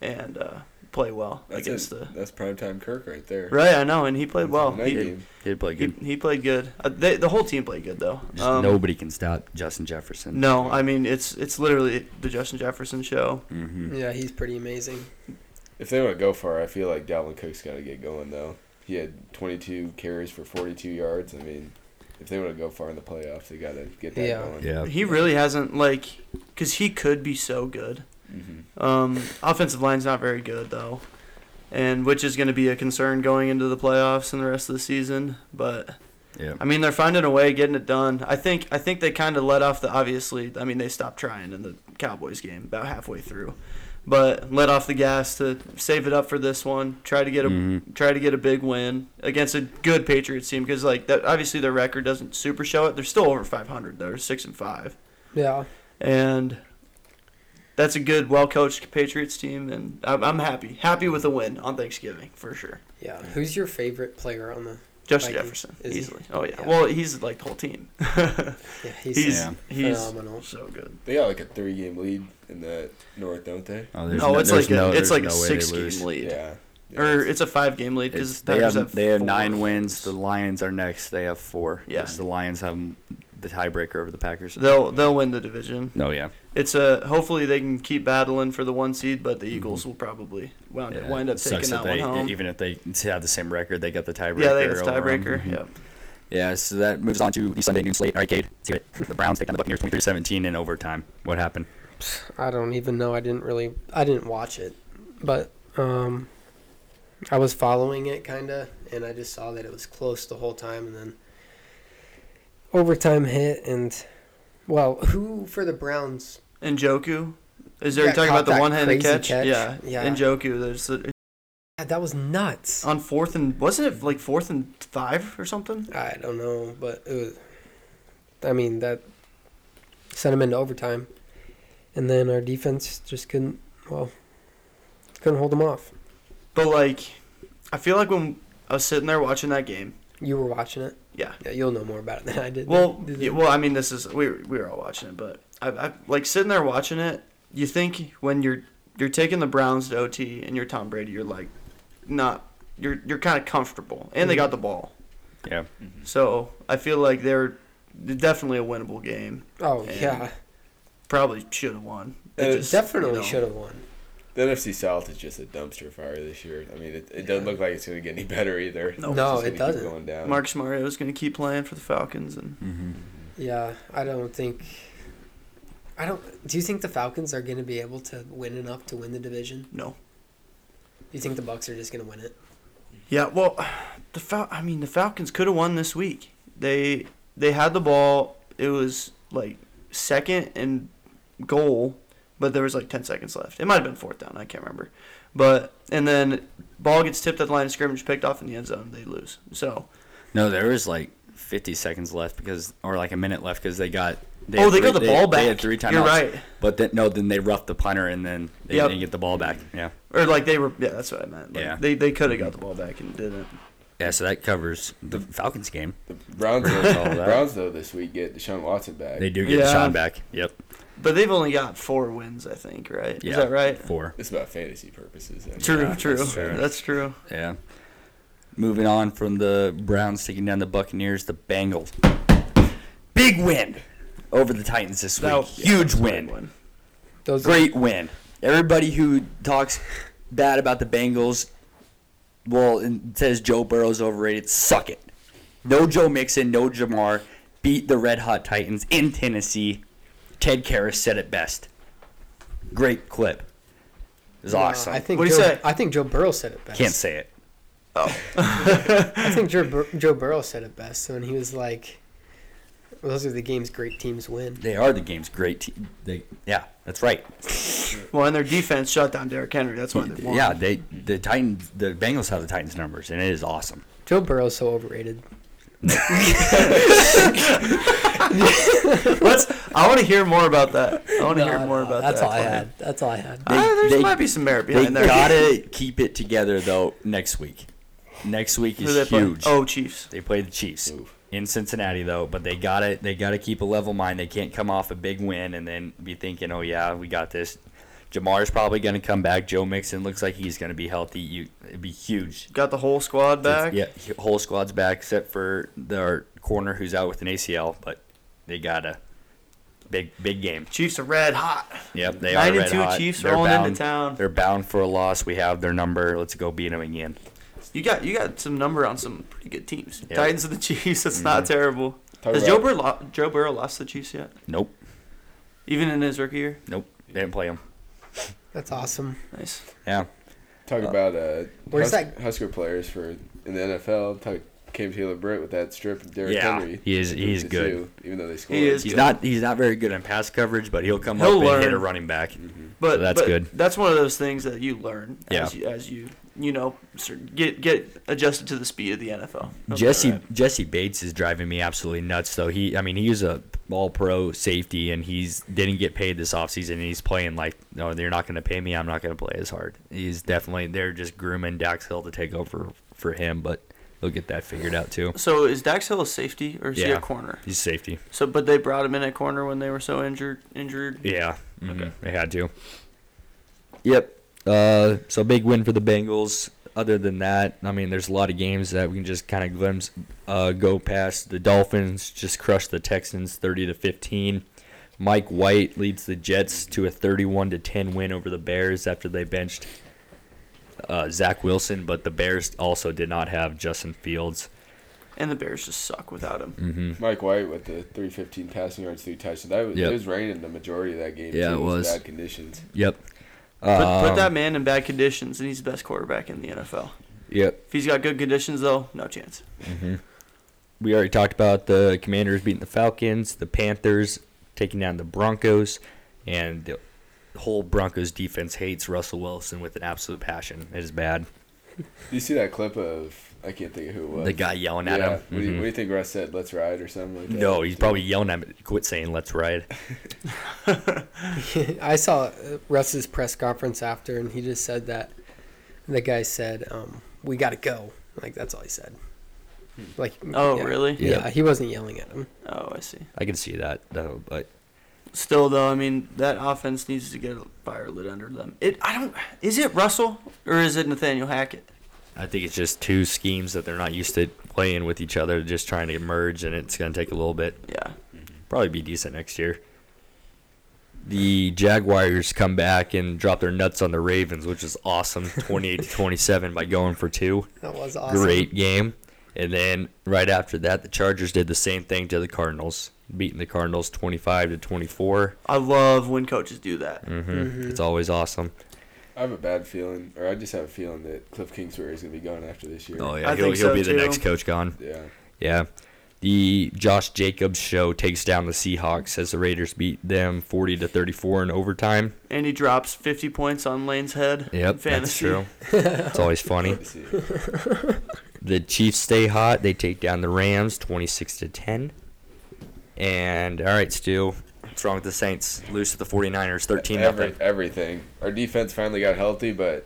[SPEAKER 6] and uh, play well
[SPEAKER 5] That's
[SPEAKER 6] against
[SPEAKER 5] it.
[SPEAKER 6] the
[SPEAKER 5] That's primetime Kirk right there.
[SPEAKER 6] Right, I know, and he played
[SPEAKER 5] That's
[SPEAKER 6] well.
[SPEAKER 5] a night
[SPEAKER 6] He,
[SPEAKER 5] game.
[SPEAKER 4] Did play
[SPEAKER 6] he,
[SPEAKER 4] good.
[SPEAKER 6] he played good. Uh, they, the whole team played good though.
[SPEAKER 4] Just
[SPEAKER 6] Um,
[SPEAKER 4] nobody can stop Justin Jefferson.
[SPEAKER 6] No, I mean it's it's literally the Justin Jefferson show.
[SPEAKER 9] Mm-hmm.
[SPEAKER 4] hmm
[SPEAKER 7] Yeah, he's pretty amazing.
[SPEAKER 5] If they want to go far, I feel like Dalvin Cook's got to get going though. He had 22 carries for 42 yards. I mean, if they want to go far in the playoffs, they got to get that
[SPEAKER 7] Yeah.
[SPEAKER 5] going.
[SPEAKER 4] Yeah.
[SPEAKER 6] He really hasn't like, cause he could be so good.
[SPEAKER 5] Mhm.
[SPEAKER 4] Mm-hmm.
[SPEAKER 6] Um, offensive line's not very good though, and which is going to be a concern going into the playoffs and the rest of the season. But
[SPEAKER 4] Yeah.
[SPEAKER 6] I mean, they're finding a way, getting it done. I think I think they kind of let off the obviously. I mean, they stopped trying in the Cowboys game about halfway through, but let off the gas to save it up for this one. Try to get a
[SPEAKER 4] Mhm.
[SPEAKER 6] try to get a big win against a good Patriots team because like that obviously their record doesn't super show it. They're still over 500 though. They're six and five
[SPEAKER 7] Yeah.
[SPEAKER 6] and that's a good, well-coached Patriots team, and I'm, I'm happy, happy with a win on Thanksgiving for sure.
[SPEAKER 7] Yeah. Who's your favorite player on the?
[SPEAKER 6] Justin
[SPEAKER 7] Vikings,
[SPEAKER 6] Jefferson,
[SPEAKER 7] is he?
[SPEAKER 6] easily. Oh yeah.
[SPEAKER 7] Yeah.
[SPEAKER 6] well he's like the whole team. (laughs)
[SPEAKER 7] Yeah, he's,
[SPEAKER 6] he's
[SPEAKER 4] Yeah.
[SPEAKER 6] he's
[SPEAKER 7] phenomenal.
[SPEAKER 6] so good.
[SPEAKER 5] They got like a three-game lead in the North, don't they?
[SPEAKER 4] Oh,
[SPEAKER 6] No,
[SPEAKER 4] there's
[SPEAKER 6] it's
[SPEAKER 4] there's
[SPEAKER 6] like a it's
[SPEAKER 4] there's
[SPEAKER 6] like a
[SPEAKER 4] no way they lose.
[SPEAKER 6] six-game lead,
[SPEAKER 5] Yeah. Yeah,
[SPEAKER 6] or
[SPEAKER 5] it's-
[SPEAKER 6] it's a five-game lead
[SPEAKER 4] It's-
[SPEAKER 6] because
[SPEAKER 4] they
[SPEAKER 6] Packers
[SPEAKER 4] have, they have
[SPEAKER 6] four.
[SPEAKER 4] nine wins. The Lions are next. They have four.
[SPEAKER 6] Yeah.
[SPEAKER 4] Yes. The Lions have the tiebreaker over the Packers.
[SPEAKER 6] They'll they'll win the division.
[SPEAKER 4] No, Oh, yeah.
[SPEAKER 6] It's a hopefully they can keep battling for the one seed, but the Eagles will probably wound,
[SPEAKER 4] Mm-hmm. yeah.
[SPEAKER 6] wind up
[SPEAKER 4] It sucks
[SPEAKER 6] taking that
[SPEAKER 4] they,
[SPEAKER 6] one home.
[SPEAKER 4] Even if they have the same record, they got the tiebreaker.
[SPEAKER 6] yeah, they got the
[SPEAKER 4] over 'em.
[SPEAKER 6] tiebreaker.
[SPEAKER 4] Mhm.
[SPEAKER 6] Yeah.
[SPEAKER 4] Yeah, so that moves on to the Sunday noon slate arcade. Let's hear it. The Browns take on the Buccaneers 23-17 in overtime. What happened?
[SPEAKER 7] I don't even know. I didn't really. I didn't watch it, but um, I was following it kind of, and I just saw that it was close the whole time, and then overtime hit, and well, who for the Browns?
[SPEAKER 6] And Joku. Is there
[SPEAKER 7] Yeah,
[SPEAKER 6] you talking
[SPEAKER 7] caught
[SPEAKER 6] about the
[SPEAKER 7] that
[SPEAKER 6] one-handed
[SPEAKER 7] crazy
[SPEAKER 6] catch?
[SPEAKER 7] catch.
[SPEAKER 6] Yeah.
[SPEAKER 7] Yeah.
[SPEAKER 6] And Joku, there's the,
[SPEAKER 7] God, that was nuts.
[SPEAKER 6] on fourth and wasn't it like fourth and five or something?
[SPEAKER 7] I don't know, but it was. I mean that sent him into overtime, and then our defense just couldn't. Well, couldn't hold them off.
[SPEAKER 6] But like, I feel like when I was sitting there watching that game.
[SPEAKER 7] You were watching it.
[SPEAKER 6] Yeah.
[SPEAKER 7] Yeah, you'll know more about it (laughs) than I did.
[SPEAKER 6] Well,
[SPEAKER 7] Did
[SPEAKER 6] yeah,
[SPEAKER 7] it-
[SPEAKER 6] well, I mean, this is we were- we were all watching it, but I, I like sitting there watching it. You think when you're you're taking the Browns to OT and you're Tom Brady, you're like, not you're you're kind of comfortable, and they
[SPEAKER 7] Mm-hmm.
[SPEAKER 6] got the ball.
[SPEAKER 4] Yeah.
[SPEAKER 6] So I feel like they're definitely a winnable game.
[SPEAKER 7] Oh
[SPEAKER 6] And
[SPEAKER 7] yeah,
[SPEAKER 6] Probably should have won. They
[SPEAKER 5] Uh,
[SPEAKER 6] just, you
[SPEAKER 7] definitely
[SPEAKER 6] know,
[SPEAKER 7] should have won.
[SPEAKER 5] The NFC South is just a dumpster fire this year. I mean, it, it doesn't look like it's going to get any better either.
[SPEAKER 7] No,
[SPEAKER 5] It's just
[SPEAKER 7] it
[SPEAKER 5] gonna keep
[SPEAKER 7] doesn't.
[SPEAKER 5] Going down.
[SPEAKER 6] Marcus Mariota's going to keep playing for the Falcons, and
[SPEAKER 7] Mm-hmm. Yeah, I don't think. I don't. Do you think the Falcons are going to be able to win enough to win the division? Do
[SPEAKER 6] no,
[SPEAKER 7] you think the Bucks are just going to win it?
[SPEAKER 6] yeah. Well, the Fal- I mean, the Falcons could have won this week. They they had the ball. It was like second and goal, but there was like ten seconds left. It might have been fourth down. I can't remember. But and then ball gets tipped at the line of scrimmage, picked off in the end zone. They lose. So
[SPEAKER 4] No, there was like 50 seconds left because, or like a minute left because they got. They
[SPEAKER 6] Oh,
[SPEAKER 4] had
[SPEAKER 6] they got the ball
[SPEAKER 4] They
[SPEAKER 6] back.
[SPEAKER 4] had three timeouts.
[SPEAKER 6] You're right.
[SPEAKER 4] But then no, then they roughed the punter and then they
[SPEAKER 6] Yep.
[SPEAKER 4] didn't get the ball back. Yeah.
[SPEAKER 6] or like they were. Yeah, that's what I meant. Like,
[SPEAKER 4] Yeah.
[SPEAKER 6] They they could have got the ball back and didn't.
[SPEAKER 4] Yeah, so that covers the Falcons game.
[SPEAKER 5] The Browns,
[SPEAKER 4] (laughs) all
[SPEAKER 5] though,
[SPEAKER 4] that.
[SPEAKER 5] Browns though this week get Deshaun Watson back.
[SPEAKER 4] They do get
[SPEAKER 6] Yeah.
[SPEAKER 4] Deshaun back. Yep.
[SPEAKER 6] But they've only got four wins, I think. Right?
[SPEAKER 4] Yeah.
[SPEAKER 6] Is that right?
[SPEAKER 4] Four.
[SPEAKER 5] It's about fantasy purposes. I mean,
[SPEAKER 6] True,
[SPEAKER 4] Yeah,
[SPEAKER 6] true.
[SPEAKER 4] that's
[SPEAKER 6] That's
[SPEAKER 4] true.
[SPEAKER 6] true.
[SPEAKER 4] Yeah. Moving on from the Browns taking down the Buccaneers, the Bengals. Big win over the Titans this week.
[SPEAKER 6] That-
[SPEAKER 4] Huge
[SPEAKER 6] yeah,
[SPEAKER 4] win.
[SPEAKER 7] Those uh,
[SPEAKER 4] Great win. Everybody who talks bad about the Bengals, well, and says Joe Burrow's overrated, suck it. No Joe Mixon, no Jamar. Beat the Red Hot Titans in Tennessee. Ted Karras said it best. Great clip. It was
[SPEAKER 7] Yeah,
[SPEAKER 4] awesome.
[SPEAKER 7] I think.
[SPEAKER 6] What'd he
[SPEAKER 7] Joe,
[SPEAKER 6] say?
[SPEAKER 7] I think Joe Burrow said it best.
[SPEAKER 4] Can't say it.
[SPEAKER 7] I think (laughs) Joe, Bur- Joe Burrow said it best when he was like, "Those are the games great teams win."
[SPEAKER 4] They are the game's great team. They, yeah, that's right.
[SPEAKER 6] Well, and their defense shut down Derrick Henry. That's why they won.
[SPEAKER 4] Yeah, they the Titans, the Bengals have the Titans numbers, and it is awesome.
[SPEAKER 7] Joe Burrow's so overrated.
[SPEAKER 6] Let's. I want to hear more about that. I want to
[SPEAKER 7] No,
[SPEAKER 6] hear more
[SPEAKER 7] no,
[SPEAKER 6] about
[SPEAKER 7] that's
[SPEAKER 6] that.
[SPEAKER 7] all I had. That's all I had.
[SPEAKER 4] They-
[SPEAKER 6] Ah, there
[SPEAKER 4] they-
[SPEAKER 6] might be some merit
[SPEAKER 4] They
[SPEAKER 6] behind there.
[SPEAKER 4] gotta keep it together though. Next week, next week
[SPEAKER 6] (laughs) Who
[SPEAKER 4] is
[SPEAKER 6] they play?
[SPEAKER 4] huge.
[SPEAKER 6] Oh, Chiefs.
[SPEAKER 4] They play the Chiefs in Cincinnati though, but they gotta they gotta keep a level mind. They can't come off a big win and then be thinking, oh yeah, we got this. Jamar's probably gonna come back. Joe Mixon looks like he's gonna be healthy. You, it'd be huge.
[SPEAKER 6] Got the whole squad back.
[SPEAKER 4] Yeah, whole squad's back except for their corner who's out with an ACL, but they got a big big game.
[SPEAKER 6] Chiefs are red hot.
[SPEAKER 4] Yep, they are
[SPEAKER 6] Nine and
[SPEAKER 4] red
[SPEAKER 6] two
[SPEAKER 4] hot.
[SPEAKER 6] Chiefs
[SPEAKER 4] They're
[SPEAKER 6] rolling into
[SPEAKER 4] bound-
[SPEAKER 6] town.
[SPEAKER 4] They're bound for a loss. We have their number. Let's go beat them again.
[SPEAKER 6] You got you got some number on some pretty good teams.
[SPEAKER 4] Yeah. Mm-hmm.
[SPEAKER 6] Titans and the Chiefs. That's not terrible.
[SPEAKER 5] Talk
[SPEAKER 6] Has
[SPEAKER 5] about-
[SPEAKER 6] Joe Burrow, lo- Joe Burrow lost the Chiefs yet?
[SPEAKER 4] Nope,
[SPEAKER 6] Even in his rookie year.
[SPEAKER 4] nope, they didn't play them.
[SPEAKER 7] That's awesome.
[SPEAKER 6] Nice.
[SPEAKER 4] Yeah,
[SPEAKER 5] Talk about uh, Hus-
[SPEAKER 7] where's that-
[SPEAKER 5] Husker players for in the NFL. Talk Cam Taylor Britt with that strip of Derrick
[SPEAKER 4] Yeah,
[SPEAKER 5] Henry.
[SPEAKER 4] he is- he is
[SPEAKER 5] Two,
[SPEAKER 4] good.
[SPEAKER 5] even though they scored.
[SPEAKER 6] is.
[SPEAKER 4] he's
[SPEAKER 6] good.
[SPEAKER 4] not he's not very good in pass coverage, but he'll come
[SPEAKER 6] He'll
[SPEAKER 4] up and hit a
[SPEAKER 6] learn.
[SPEAKER 4] running back.
[SPEAKER 6] But
[SPEAKER 4] So that's
[SPEAKER 6] but
[SPEAKER 4] good.
[SPEAKER 6] That's one of those things that you learn as,
[SPEAKER 4] Yeah.
[SPEAKER 6] you, as you you know sir- get get adjusted to the speed of the NFL. That's
[SPEAKER 4] Jesse
[SPEAKER 6] all right.
[SPEAKER 4] Jesse Bates is driving me absolutely nuts though. He I mean he was a all pro safety and he's didn't get paid this offseason and he's playing like no they're not gonna pay me, I'm not gonna play as hard. He's definitely they're just grooming Dax Hill to take over for him, but they'll get that figured out too.
[SPEAKER 6] So is Dax Hill a safety or is he
[SPEAKER 4] Yeah.
[SPEAKER 6] a corner?
[SPEAKER 4] He's safety.
[SPEAKER 6] So but they brought him in at corner when they were so injured injured.
[SPEAKER 4] Yeah. Okay. They had to. Yep. Uh, so big win for the Bengals. Other than that, I mean, there's a lot of games that we can just kind of glimpse, uh, go past. The Dolphins just crushed the Texans 30 to 15. Mike White leads the Jets to a 31 to 10 win over the Bears after they benched uh, Zach Wilson, but the Bears also did not have Justin Fields.
[SPEAKER 6] And the Bears just suck without him.
[SPEAKER 4] Mm.
[SPEAKER 5] Mike White with the 315 passing yards, three touchdowns. That was,
[SPEAKER 4] Mm-hmm. Yep.
[SPEAKER 5] It was raining the majority of that game.
[SPEAKER 4] Yeah,
[SPEAKER 5] too.
[SPEAKER 4] it was.
[SPEAKER 5] bad conditions.
[SPEAKER 4] Yep.
[SPEAKER 6] Put, put that man in bad conditions and he's the best quarterback in the NFL.
[SPEAKER 4] Yep.
[SPEAKER 6] If he's got good conditions though, no chance.
[SPEAKER 4] we already talked about the Commanders beating the Falcons, the Panthers taking down the Broncos, and the whole Broncos defense hates Russell Wilson with an absolute passion. It is bad.
[SPEAKER 5] Did you see that clip of I can't think of who it was.
[SPEAKER 4] The guy yelling
[SPEAKER 5] Yeah.
[SPEAKER 4] at him.
[SPEAKER 5] What, do you,
[SPEAKER 4] Mhm.
[SPEAKER 5] what do you think Russ said? Let's ride or something (laughs) like that.
[SPEAKER 4] No, he's probably yelling at me. Quit saying "Let's ride."
[SPEAKER 7] (laughs) I saw uh, Russ's press conference after, and he just said that the guy said, um, "We got to go." Like that's all he said. Like
[SPEAKER 6] Oh
[SPEAKER 7] yeah.
[SPEAKER 6] really?
[SPEAKER 7] Yeah. he wasn't yelling at him.
[SPEAKER 6] Oh I see.
[SPEAKER 4] I can see that though, but
[SPEAKER 6] Still though, I mean that offense needs to get a fire lit under them. It I don't is it Russell or is it Nathaniel Hackett?
[SPEAKER 4] I think it's just two schemes that they're not used to playing with each other, just trying to merge, and it's going to take a little bit.
[SPEAKER 6] Yeah.
[SPEAKER 4] probably be decent next year. The Jaguars come back and drop their nuts on the Ravens, which is (laughs) awesome. 28 to 27 by going for two.
[SPEAKER 7] That was awesome.
[SPEAKER 4] Great game. And then right after that, the Chargers did the same thing to the Cardinals, beating the Cardinals 25 to 24.
[SPEAKER 6] I love when coaches do that.
[SPEAKER 4] hmm It's always awesome.
[SPEAKER 5] I have a bad feeling, or I just have a feeling that Cliff Kingsbury is going to be gone after this year.
[SPEAKER 4] Oh yeah,
[SPEAKER 6] I
[SPEAKER 4] he'll,
[SPEAKER 6] think
[SPEAKER 4] he'll
[SPEAKER 6] so,
[SPEAKER 4] be
[SPEAKER 6] too.
[SPEAKER 4] the next coach gone.
[SPEAKER 5] Yeah.
[SPEAKER 4] Yeah. The Josh Jacobs show takes down the Seahawks as the Raiders beat them 40 to 34 in overtime.
[SPEAKER 6] And he drops 50 points on Lane's head. in
[SPEAKER 4] Yep, that's
[SPEAKER 6] fantasy. (laughs)
[SPEAKER 4] true. it's always funny. (laughs)
[SPEAKER 5] Good to see.
[SPEAKER 4] The Chiefs stay hot. They take down the Rams 26 to 10. And all right, Stu, what's wrong with the Saints? Lose to the 49ers 13
[SPEAKER 5] Every,
[SPEAKER 4] nothing.
[SPEAKER 5] everything. Our defense finally got healthy, but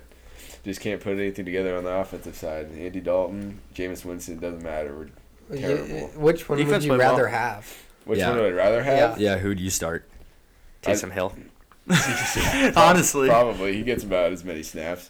[SPEAKER 5] just can't put anything together on the offensive side. Andy Dalton, Jameis Winston, doesn't matter. We're-
[SPEAKER 7] You- uh,
[SPEAKER 5] Terrible.
[SPEAKER 7] which one
[SPEAKER 6] Defense
[SPEAKER 7] would you
[SPEAKER 6] played well.
[SPEAKER 7] rather have?
[SPEAKER 5] Which
[SPEAKER 4] Yeah.
[SPEAKER 5] one would I rather have?
[SPEAKER 4] Yeah, who do you start? Taysom Hill.
[SPEAKER 6] Honestly.
[SPEAKER 5] Probably he gets about as many snaps.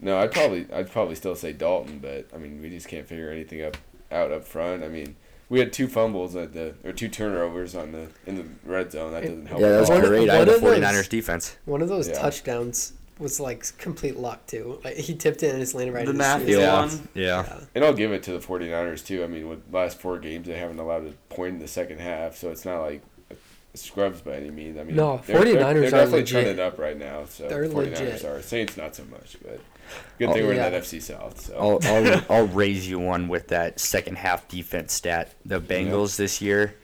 [SPEAKER 5] No, I'd probably I'd probably still say Dalton, but I mean we just can't figure anything up out up front. I mean we had two fumbles at the or two turnovers on the in the red zone. That doesn't help.
[SPEAKER 4] Yeah, that
[SPEAKER 5] at
[SPEAKER 4] was
[SPEAKER 5] all.
[SPEAKER 7] One of-
[SPEAKER 4] great. I
[SPEAKER 7] one
[SPEAKER 4] had the
[SPEAKER 7] of those-
[SPEAKER 4] 49ers defense.
[SPEAKER 7] One of those
[SPEAKER 5] Yeah.
[SPEAKER 7] touchdowns was like complete luck too. Like he tipped it and it's landing right
[SPEAKER 6] The
[SPEAKER 7] in
[SPEAKER 6] Matthew
[SPEAKER 7] his face.
[SPEAKER 6] Yeah.
[SPEAKER 4] Yeah.
[SPEAKER 6] one.
[SPEAKER 4] Yeah.
[SPEAKER 5] And I'll give it to the 49ers too. I mean, with last four games they haven't allowed a point in the second half, so it's not like scrubs by any means. I mean,
[SPEAKER 7] No,
[SPEAKER 5] they're, they're,
[SPEAKER 7] 49ers
[SPEAKER 5] they're
[SPEAKER 7] are
[SPEAKER 5] definitely
[SPEAKER 7] legit.
[SPEAKER 5] turning up right now. So
[SPEAKER 7] They're
[SPEAKER 5] 49ers
[SPEAKER 7] legit.
[SPEAKER 5] are Saints not so much, but good thing
[SPEAKER 7] Oh,
[SPEAKER 5] we're
[SPEAKER 7] yeah.
[SPEAKER 5] in that FC South. So
[SPEAKER 4] I'll, I'll, I'll raise you one with that second half defense stat. The Bengals this year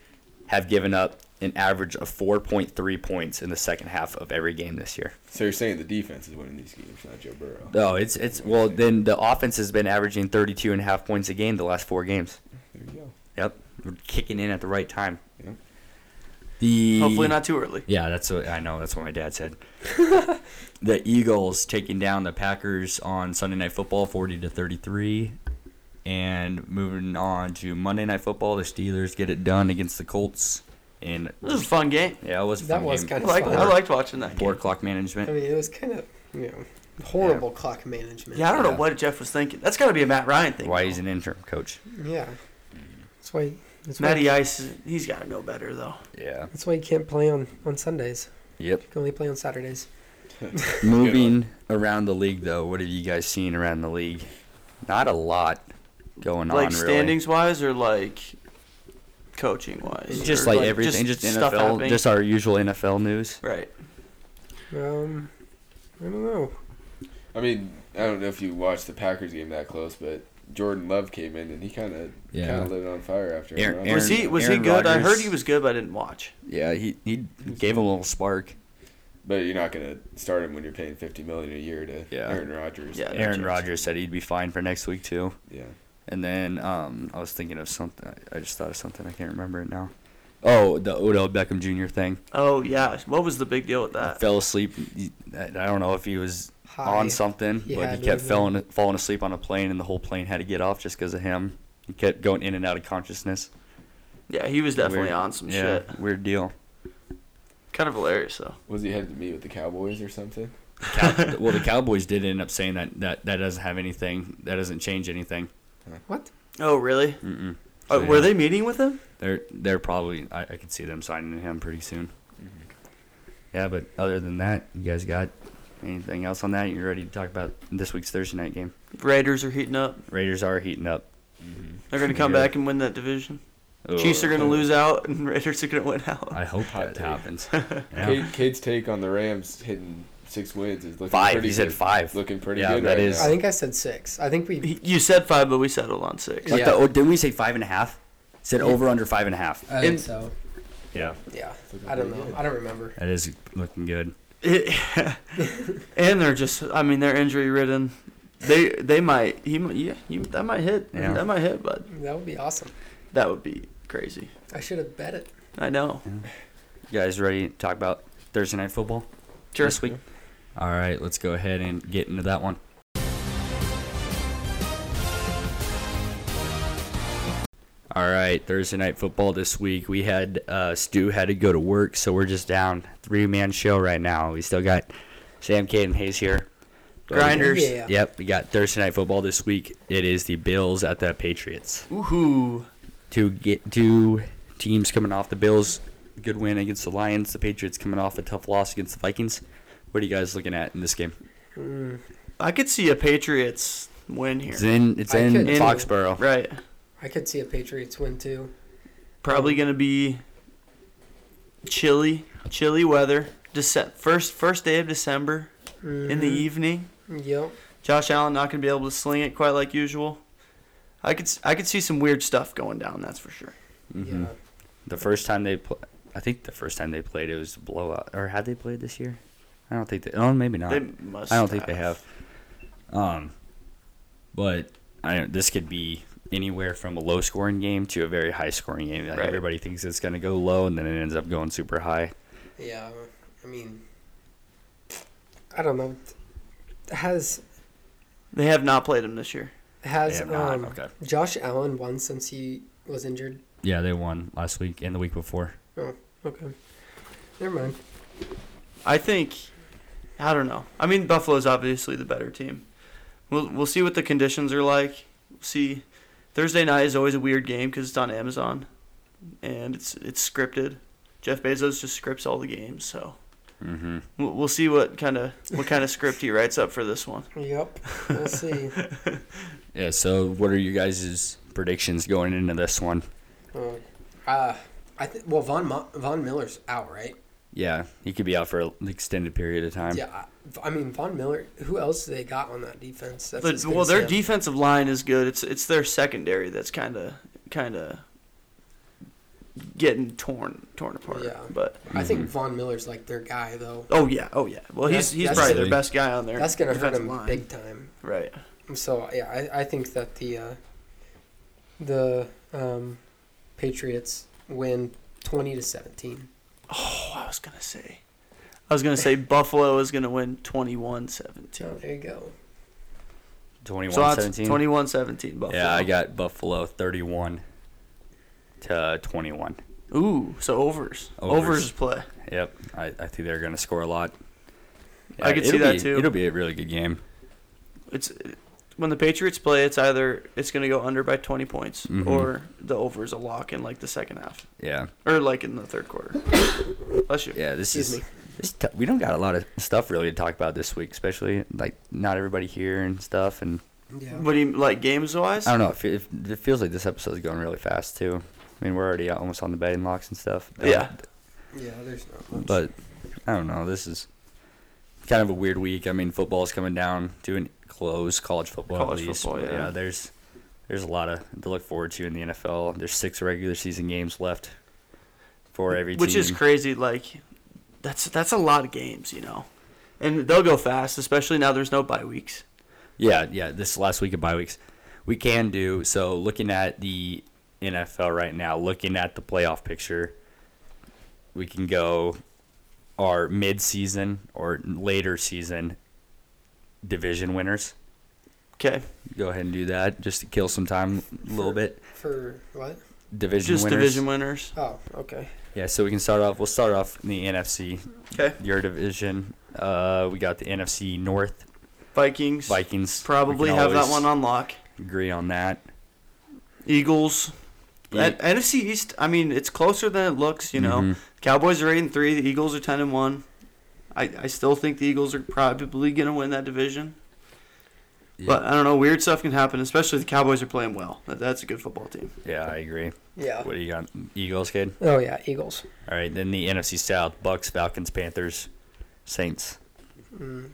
[SPEAKER 4] have given up an average of 4.3 points in the second half of every game this year.
[SPEAKER 5] so you're saying the defense is winning these games, not Joe Burrow.
[SPEAKER 4] No, it's it's well then the offense has been averaging 32 and a half points a game the last four games.
[SPEAKER 5] There you go.
[SPEAKER 4] Yep. We're kicking in at the right time.
[SPEAKER 5] Yeah.
[SPEAKER 4] The
[SPEAKER 6] Hopefully not too early.
[SPEAKER 4] Yeah, that's what I know. That's what my dad said. (laughs) the Eagles taking down the Packers on Sunday Night Football, forty to thirty-three, and moving on to Monday Night Football, the Steelers get it done against the Colts. And
[SPEAKER 6] This was a fun game.
[SPEAKER 4] yeah, it was a
[SPEAKER 7] That
[SPEAKER 4] fun
[SPEAKER 7] was
[SPEAKER 4] game.
[SPEAKER 6] I
[SPEAKER 7] kinda
[SPEAKER 6] like
[SPEAKER 7] fun.
[SPEAKER 6] I liked watching that
[SPEAKER 4] poor
[SPEAKER 6] game.
[SPEAKER 4] clock
[SPEAKER 7] I
[SPEAKER 4] management.
[SPEAKER 7] mean, it was kind of you know horrible clock management.
[SPEAKER 6] Yeah, I don't know what Jeff was thinking. That's got to be a Matt Ryan thing.
[SPEAKER 4] Why he's an interim coach?
[SPEAKER 7] Yeah, that's why. That's why.
[SPEAKER 6] Matty Ice, he's got to know better though.
[SPEAKER 4] Yeah.
[SPEAKER 7] that's why you can't play on on Sundays.
[SPEAKER 4] Yep.
[SPEAKER 7] You can only play on Saturdays.
[SPEAKER 4] Moving around the league, though, what have you guys seen around the league? Not a lot going on,
[SPEAKER 6] like
[SPEAKER 4] really.
[SPEAKER 6] standings wise or like coaching wise.
[SPEAKER 4] Just like, everything, just, NFL, just our usual NFL news.
[SPEAKER 6] right.
[SPEAKER 7] Um, I don't know.
[SPEAKER 5] I mean, I don't know if you watched the Packers game that close, but Jordan Love came in and he kind of
[SPEAKER 4] Yeah.
[SPEAKER 5] kind of lit it on fire after.
[SPEAKER 4] Aaron-
[SPEAKER 5] Aaron
[SPEAKER 4] Aaron-
[SPEAKER 5] Rodgers.
[SPEAKER 6] was he was he
[SPEAKER 4] Aaron
[SPEAKER 6] good? I heard
[SPEAKER 4] Rodgers.
[SPEAKER 6] he was good, but I didn't watch.
[SPEAKER 4] Yeah, he he gave him a little spark.
[SPEAKER 5] but you're not gonna start him when you're paying fifty million a year to
[SPEAKER 4] Yeah.
[SPEAKER 5] Aaron Rodgers.
[SPEAKER 6] Yeah.
[SPEAKER 4] Aaron Rodgers said he'd be fine for next week too.
[SPEAKER 5] Yeah.
[SPEAKER 4] And then um, I was thinking of something. I just thought of something. I can't remember it now. Oh, the Odell Beckham Jr. thing.
[SPEAKER 6] Oh yeah, what was the big deal with that?
[SPEAKER 4] Fell asleep. He- I I don't know if he was
[SPEAKER 7] High.
[SPEAKER 4] on something,
[SPEAKER 7] He
[SPEAKER 4] but
[SPEAKER 7] had
[SPEAKER 4] he kept
[SPEAKER 7] to,
[SPEAKER 4] falling falling asleep on a plane, and the whole plane had to get off just because of him. He kept going in and out of consciousness.
[SPEAKER 6] Yeah, he was definitely
[SPEAKER 4] Weird-
[SPEAKER 6] on some
[SPEAKER 4] yeah,
[SPEAKER 6] shit.
[SPEAKER 4] Weird deal.
[SPEAKER 6] Kind of hilarious though.
[SPEAKER 5] Was he headed to meet with the Cowboys or something?
[SPEAKER 4] Cow- (laughs) well, the Cowboys did end up saying that, that that doesn't have anything. That doesn't change anything.
[SPEAKER 7] What?
[SPEAKER 6] Oh really?
[SPEAKER 4] Mm-mm.
[SPEAKER 6] Uh,
[SPEAKER 4] So,
[SPEAKER 6] Were
[SPEAKER 4] yeah.
[SPEAKER 6] they meeting with him?
[SPEAKER 4] They're they're probably I, I could see them signing him pretty soon.
[SPEAKER 6] Mm-hmm.
[SPEAKER 4] Yeah, but other than that, you guys got anything else on that? You ready to talk about this week's Thursday night game?
[SPEAKER 6] Raiders are heating up.
[SPEAKER 4] Raiders are heating up.
[SPEAKER 6] They're gonna come
[SPEAKER 4] Yeah.
[SPEAKER 6] back and win that division. Chiefs are gonna lose out, and (laughs) Raiders are gonna win out.
[SPEAKER 4] Oh, I hope that
[SPEAKER 5] Hot take.
[SPEAKER 6] (laughs)
[SPEAKER 4] happens.
[SPEAKER 5] Cade,
[SPEAKER 4] Yeah.
[SPEAKER 5] Cade's take on the Rams hitting six wins is looking
[SPEAKER 4] Five.
[SPEAKER 5] Pretty
[SPEAKER 4] He said
[SPEAKER 5] good.
[SPEAKER 4] five.
[SPEAKER 5] Looking pretty
[SPEAKER 4] Yeah,
[SPEAKER 5] good.
[SPEAKER 4] that
[SPEAKER 5] right
[SPEAKER 4] is-
[SPEAKER 5] now.
[SPEAKER 7] I think I said six. I think we.
[SPEAKER 6] You said five, but we settled on six.
[SPEAKER 4] Like
[SPEAKER 7] Yeah.
[SPEAKER 4] the, oh, didn't we say five and a half? Said over under five and a half.
[SPEAKER 7] I think so.
[SPEAKER 4] Yeah,
[SPEAKER 7] Yeah, I don't know. I don't remember.
[SPEAKER 4] that is looking good.
[SPEAKER 6] It- (laughs) and they're just—I mean, they're injury-ridden. They—they might. He, might- yeah, you, that might hit.
[SPEAKER 4] Yeah.
[SPEAKER 6] That might hit, but
[SPEAKER 7] That would be awesome.
[SPEAKER 6] that would be crazy.
[SPEAKER 7] I should have bet it.
[SPEAKER 6] I know.
[SPEAKER 4] You guys ready to talk about Thursday night football
[SPEAKER 6] Sure.
[SPEAKER 4] this week? All right, let's go ahead and get into that one. All right, Thursday night football this week. We had uh, Stu had to go to work, so we're just down three man show right now. We still got Sam, Cade, and Hayes here. But we got-
[SPEAKER 6] Grinders.
[SPEAKER 7] Yeah.
[SPEAKER 4] Yep, we got Thursday night football this week. It is the Bills at the Patriots.
[SPEAKER 6] Woohoo!
[SPEAKER 4] Two get two teams coming off the Bills. Good win against the Lions. The Patriots coming off a tough loss against the Vikings. What are you guys looking at in this game?
[SPEAKER 6] I could see a Patriots win here.
[SPEAKER 4] It's in it's
[SPEAKER 7] I
[SPEAKER 4] in
[SPEAKER 7] could-
[SPEAKER 4] Foxborough.
[SPEAKER 6] Right.
[SPEAKER 7] I could see a Patriots win too.
[SPEAKER 6] Probably gonna be chilly, chilly weather. Dece- first first day of December in the evening.
[SPEAKER 7] Yep.
[SPEAKER 6] Josh Allen not gonna be able to sling it quite like usual. I could s- I could see some weird stuff going down. That's for sure.
[SPEAKER 4] Mm-hmm.
[SPEAKER 7] Yeah.
[SPEAKER 4] The first time they pl- I think the first time they played it was a blowout. Or had they played this year? I don't think they oh maybe not.
[SPEAKER 6] They must.
[SPEAKER 4] I don't think they have. Um, but I don't, this could be anywhere from a low scoring game to a very high scoring game. Like
[SPEAKER 6] Right.
[SPEAKER 4] everybody thinks it's going to go low, and then it ends up going super high.
[SPEAKER 7] Yeah. I mean, I don't know. Has
[SPEAKER 6] They have not played him this year.
[SPEAKER 7] has
[SPEAKER 4] They have not,
[SPEAKER 7] um,
[SPEAKER 4] okay.
[SPEAKER 7] Josh Allen won since he was injured?
[SPEAKER 4] Yeah, they won last week and the week before.
[SPEAKER 7] Oh, okay. Never mind.
[SPEAKER 6] I think. I don't know. I mean, Buffalo's obviously the better team. We'll we'll see what the conditions are like. See, Thursday night is always a weird game because it's on Amazon, and it's it's scripted. Jeff Bezos just scripts all the games, so
[SPEAKER 4] Mm-hmm.
[SPEAKER 6] we'll, we'll see what kind of what kind of script he writes up for this one.
[SPEAKER 7] Yep.
[SPEAKER 6] (laughs)
[SPEAKER 7] We'll see.
[SPEAKER 4] Yeah. So, what are you guys' predictions going into this one?
[SPEAKER 7] Uh, uh, I think. Well, Von Mo- Von Miller's out, right?
[SPEAKER 4] Yeah, he could be out for an extended period of time.
[SPEAKER 7] Yeah. I, I mean, Von Miller. Who else do they got on that defense? That's
[SPEAKER 6] But,
[SPEAKER 7] just gonna
[SPEAKER 6] well, their
[SPEAKER 7] stand-
[SPEAKER 6] defensive line is good. It's it's their secondary that's kind of kind of getting torn torn apart.
[SPEAKER 7] Yeah.
[SPEAKER 6] But
[SPEAKER 7] I think Von Miller's like their guy, though.
[SPEAKER 6] oh yeah, oh yeah. Well, he's
[SPEAKER 7] That's-
[SPEAKER 6] he's
[SPEAKER 7] that's
[SPEAKER 6] probably
[SPEAKER 4] gonna-
[SPEAKER 6] their best guy on there.
[SPEAKER 7] That's gonna hurt him big time.
[SPEAKER 6] Right.
[SPEAKER 7] So yeah, I, I think that the uh, the um, Patriots win twenty to seventeen.
[SPEAKER 6] Oh, I was gonna say. I was gonna say Buffalo is gonna win 21-17.
[SPEAKER 7] Oh, there you go.
[SPEAKER 4] 21
[SPEAKER 6] So that's
[SPEAKER 4] 17.
[SPEAKER 6] 21-17 Buffalo.
[SPEAKER 4] Yeah, I got Buffalo 31 to 21.
[SPEAKER 6] Ooh, so overs. Overs,
[SPEAKER 4] Overs.
[SPEAKER 6] play.
[SPEAKER 4] Yep. I, I think they're going to score a lot.
[SPEAKER 6] I could see
[SPEAKER 4] it'll
[SPEAKER 6] that
[SPEAKER 4] be-
[SPEAKER 6] too.
[SPEAKER 4] It'll be a really good game.
[SPEAKER 6] It's when the Patriots play. It's either it's gonna go under by 20 points
[SPEAKER 4] Mhm.
[SPEAKER 6] or the over is a lock in like the second half
[SPEAKER 4] Yeah.
[SPEAKER 6] or like in the third quarter. Bless you.
[SPEAKER 4] Yeah, this
[SPEAKER 7] Excuse
[SPEAKER 4] is.
[SPEAKER 7] me.
[SPEAKER 4] This t- we don't got a lot of stuff really to talk about this week, especially like not everybody here and stuff. And
[SPEAKER 7] Yeah.
[SPEAKER 6] What do you like games wise?
[SPEAKER 4] I don't know. It, fe- it feels like this episode is going really fast too. I mean, we're already almost on the betting locks and stuff.
[SPEAKER 6] Yeah.
[SPEAKER 7] Yeah, there's not much.
[SPEAKER 4] but I don't know. This is kind of a weird week. I mean, football's coming down to an close. College football,
[SPEAKER 6] College
[SPEAKER 4] at least.
[SPEAKER 6] football,
[SPEAKER 4] But,
[SPEAKER 6] yeah.
[SPEAKER 4] There's there's a lot of to look forward to in the NFL. There's six regular season games left for every
[SPEAKER 6] which
[SPEAKER 4] team.
[SPEAKER 6] is crazy. Like that's that's a lot of games, you know, and they'll go fast, especially now. There's no bye weeks.
[SPEAKER 4] Yeah, yeah. This last week of bye weeks, we can do so. Looking at the NFL right now, looking at the playoff picture, we can go our mid-season or later season division winners.
[SPEAKER 6] Okay,
[SPEAKER 4] Go ahead and do that just to kill some time a little bit.
[SPEAKER 7] For what?
[SPEAKER 4] Division
[SPEAKER 6] just
[SPEAKER 4] winners.
[SPEAKER 6] division winners.
[SPEAKER 7] Oh, okay.
[SPEAKER 4] Yeah, so we can start off. We'll start off in the NFC.
[SPEAKER 6] Okay,
[SPEAKER 4] Your division. Uh, we got the NFC North
[SPEAKER 6] Vikings
[SPEAKER 4] Vikings. We
[SPEAKER 6] probably
[SPEAKER 4] can
[SPEAKER 6] have that
[SPEAKER 4] always
[SPEAKER 6] one on lock.
[SPEAKER 4] Agree on that.
[SPEAKER 6] Eagles.
[SPEAKER 4] Yeah.
[SPEAKER 6] At- NFC East, I mean, it's closer than it looks. You know,
[SPEAKER 4] Mhm.
[SPEAKER 6] Cowboys are eight and three. The Eagles are ten and one. I, I still think the Eagles are probably going to win that division.
[SPEAKER 4] Yeah.
[SPEAKER 6] But I don't know. Weird stuff can happen, especially the Cowboys are playing well. That- That's a good football team.
[SPEAKER 4] Yeah, I agree.
[SPEAKER 7] Yeah.
[SPEAKER 4] What do you got? Eagles, kid.
[SPEAKER 7] Oh yeah, Eagles.
[SPEAKER 4] All right, then the NFC South: Bucks, Falcons, Panthers, Saints.
[SPEAKER 7] Mm.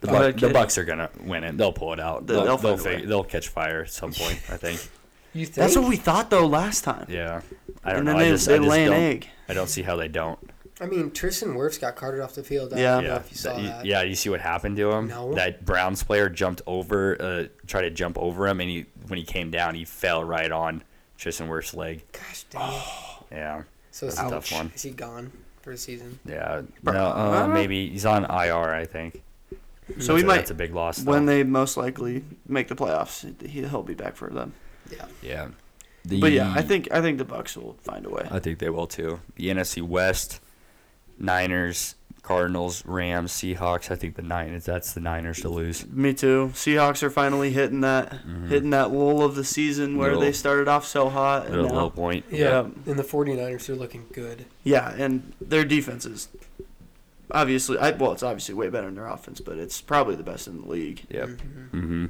[SPEAKER 4] The,
[SPEAKER 6] Go
[SPEAKER 4] Buc-
[SPEAKER 6] ahead,
[SPEAKER 4] the
[SPEAKER 6] kid.
[SPEAKER 4] Bucks are gonna win it. They'll pull it out.
[SPEAKER 6] They-
[SPEAKER 4] They'll
[SPEAKER 6] they'll
[SPEAKER 4] they'll,
[SPEAKER 6] find a
[SPEAKER 4] fig-
[SPEAKER 6] way.
[SPEAKER 4] they'll catch fire at some point. I
[SPEAKER 6] (laughs)
[SPEAKER 4] think.
[SPEAKER 7] You think?
[SPEAKER 6] That's what we thought though last time.
[SPEAKER 4] Yeah. I don't
[SPEAKER 6] And
[SPEAKER 4] know.
[SPEAKER 6] then
[SPEAKER 4] I
[SPEAKER 6] they,
[SPEAKER 4] just,
[SPEAKER 6] they
[SPEAKER 4] I just
[SPEAKER 6] lay an
[SPEAKER 4] don't,
[SPEAKER 6] egg.
[SPEAKER 4] I don't see how they don't.
[SPEAKER 7] I mean, Tristan Wirfs got carted off the field. I
[SPEAKER 6] Yeah.
[SPEAKER 7] don't know
[SPEAKER 4] yeah.
[SPEAKER 7] if you saw
[SPEAKER 4] That- you-
[SPEAKER 7] that.
[SPEAKER 4] yeah. You see what happened to him?
[SPEAKER 7] No.
[SPEAKER 4] That Browns player jumped over, uh, tried to jump over him, and he when he came down, he fell right on Tristan Wirf's leg.
[SPEAKER 7] Gosh dang. it.
[SPEAKER 4] Yeah.
[SPEAKER 7] so is
[SPEAKER 4] Oh, that's a
[SPEAKER 7] he,
[SPEAKER 4] tough one.
[SPEAKER 7] Is he gone for the season?
[SPEAKER 4] Yeah.
[SPEAKER 6] Bro-
[SPEAKER 4] No, uh,
[SPEAKER 6] uh,
[SPEAKER 4] maybe he's on IR. I think.
[SPEAKER 6] So
[SPEAKER 4] that's
[SPEAKER 6] we
[SPEAKER 4] a,
[SPEAKER 6] might
[SPEAKER 4] That's a big loss. though.
[SPEAKER 6] when they most likely make the playoffs, he- he'll be back for them.
[SPEAKER 7] Yeah.
[SPEAKER 4] Yeah. The,
[SPEAKER 6] But yeah, I think I think the Bucks will find a way.
[SPEAKER 4] I think they will too. The NFC West, Niners, Cardinals, Rams, Seahawks. I think the Niners. That's the Niners to lose.
[SPEAKER 6] Me too. Seahawks are finally hitting that
[SPEAKER 4] Mm-hmm.
[SPEAKER 6] hitting that lull of the season where they
[SPEAKER 4] Little-
[SPEAKER 6] started off so hot. And
[SPEAKER 4] Little low
[SPEAKER 6] now,
[SPEAKER 4] point.
[SPEAKER 6] Yeah.
[SPEAKER 7] And the 49ers are looking good.
[SPEAKER 6] yeah, and their defense is obviously I, well, it's obviously way better than their offense, but it's probably the best in the league.
[SPEAKER 4] Yep.
[SPEAKER 7] Mhm.
[SPEAKER 4] Mm-hmm.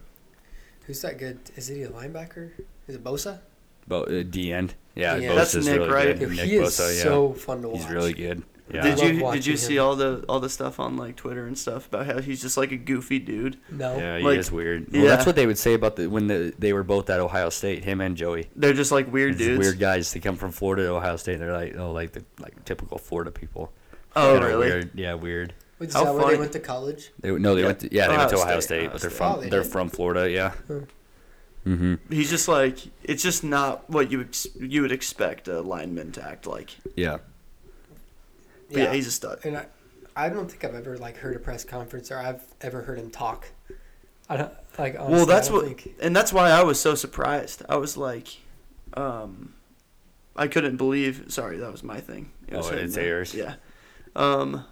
[SPEAKER 7] Who's that good? Is it a linebacker? Is it Bosa?
[SPEAKER 4] But uh, D end. Yeah.
[SPEAKER 7] Yeah.
[SPEAKER 4] Bosa's
[SPEAKER 6] That's Nick,
[SPEAKER 4] really
[SPEAKER 6] right?
[SPEAKER 4] Good.
[SPEAKER 7] Dude,
[SPEAKER 4] Nick
[SPEAKER 7] he is
[SPEAKER 4] Bosa. Yeah.
[SPEAKER 7] so fun to watch.
[SPEAKER 4] He's really good. Yeah.
[SPEAKER 6] Did
[SPEAKER 7] I love
[SPEAKER 6] you did you
[SPEAKER 7] watching
[SPEAKER 6] see
[SPEAKER 7] him.
[SPEAKER 6] all the all the stuff on like Twitter and stuff about how he's just like a goofy dude?
[SPEAKER 7] No.
[SPEAKER 4] yeah, he
[SPEAKER 6] Like-
[SPEAKER 4] is weird. Well,
[SPEAKER 6] Yeah.
[SPEAKER 4] that's what they would say about the when the, they were both at Ohio State, him and Joey.
[SPEAKER 6] They're just like weird
[SPEAKER 4] They're just
[SPEAKER 6] dudes.
[SPEAKER 4] Weird guys. They come from Florida to Ohio State. They're like, oh, like the like typical Florida people.
[SPEAKER 6] Oh
[SPEAKER 4] Kinda
[SPEAKER 6] really?
[SPEAKER 4] Weird. Yeah, weird.
[SPEAKER 7] Which is
[SPEAKER 6] How
[SPEAKER 7] that where
[SPEAKER 6] funny.
[SPEAKER 7] they went to college?
[SPEAKER 4] They no, they
[SPEAKER 6] Yeah.
[SPEAKER 4] went to, yeah, they went to
[SPEAKER 6] Ohio
[SPEAKER 4] Ohio
[SPEAKER 6] State,
[SPEAKER 4] State,
[SPEAKER 6] Ohio
[SPEAKER 4] but they're
[SPEAKER 6] State.
[SPEAKER 4] from
[SPEAKER 7] Oh, they
[SPEAKER 4] they are
[SPEAKER 7] did?
[SPEAKER 4] from Florida, yeah.
[SPEAKER 7] Huh.
[SPEAKER 4] Mm-hmm.
[SPEAKER 6] He's just like it's just not what you ex- you would expect a lineman to act like.
[SPEAKER 4] Yeah.
[SPEAKER 6] But yeah, he's a stud.
[SPEAKER 7] and I, I don't think I've ever like heard a press conference or I've ever heard him talk. I don't like. Honestly,
[SPEAKER 6] well, that's
[SPEAKER 7] I don't
[SPEAKER 6] what,
[SPEAKER 7] Think,
[SPEAKER 6] and that's why I was so surprised. I was like, um, I couldn't believe. Sorry, that was my thing. It
[SPEAKER 4] Oh,
[SPEAKER 6] was him,
[SPEAKER 4] it's
[SPEAKER 6] yeah.
[SPEAKER 4] yours.
[SPEAKER 6] Yeah. Um,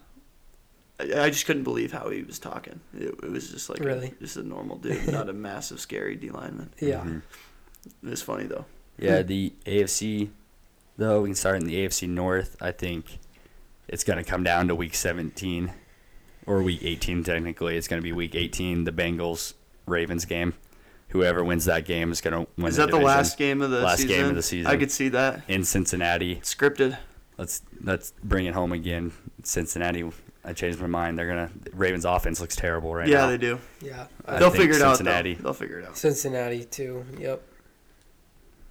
[SPEAKER 6] I, I just couldn't believe how he was talking. It, it was just like
[SPEAKER 7] Really?
[SPEAKER 6] just a normal dude,
[SPEAKER 7] (laughs)
[SPEAKER 6] not a massive scary D lineman.
[SPEAKER 7] yeah.
[SPEAKER 4] Mm-hmm.
[SPEAKER 6] It was funny though.
[SPEAKER 4] Yeah, the AFC though, we can start in the AFC North. I think it's gonna come down to week seventeen. Or week eighteen technically. It's gonna be week eighteen, the Bengals Ravens game. Whoever wins that game is gonna win.
[SPEAKER 6] Is that the
[SPEAKER 4] division.
[SPEAKER 6] last game of the
[SPEAKER 4] Last
[SPEAKER 6] season?
[SPEAKER 4] game of the season.
[SPEAKER 6] I could see that
[SPEAKER 4] in Cincinnati?
[SPEAKER 6] scripted.
[SPEAKER 4] Let's let's bring it home again. Cincinnati I changed my mind. They're gonna Ravens offense looks terrible right
[SPEAKER 6] yeah,
[SPEAKER 4] now.
[SPEAKER 6] they do.
[SPEAKER 7] Yeah.
[SPEAKER 4] I
[SPEAKER 6] They'll
[SPEAKER 4] think
[SPEAKER 6] figure it out. Though.
[SPEAKER 4] Cincinnati-
[SPEAKER 6] They'll figure it out.
[SPEAKER 7] Cincinnati too. Yep.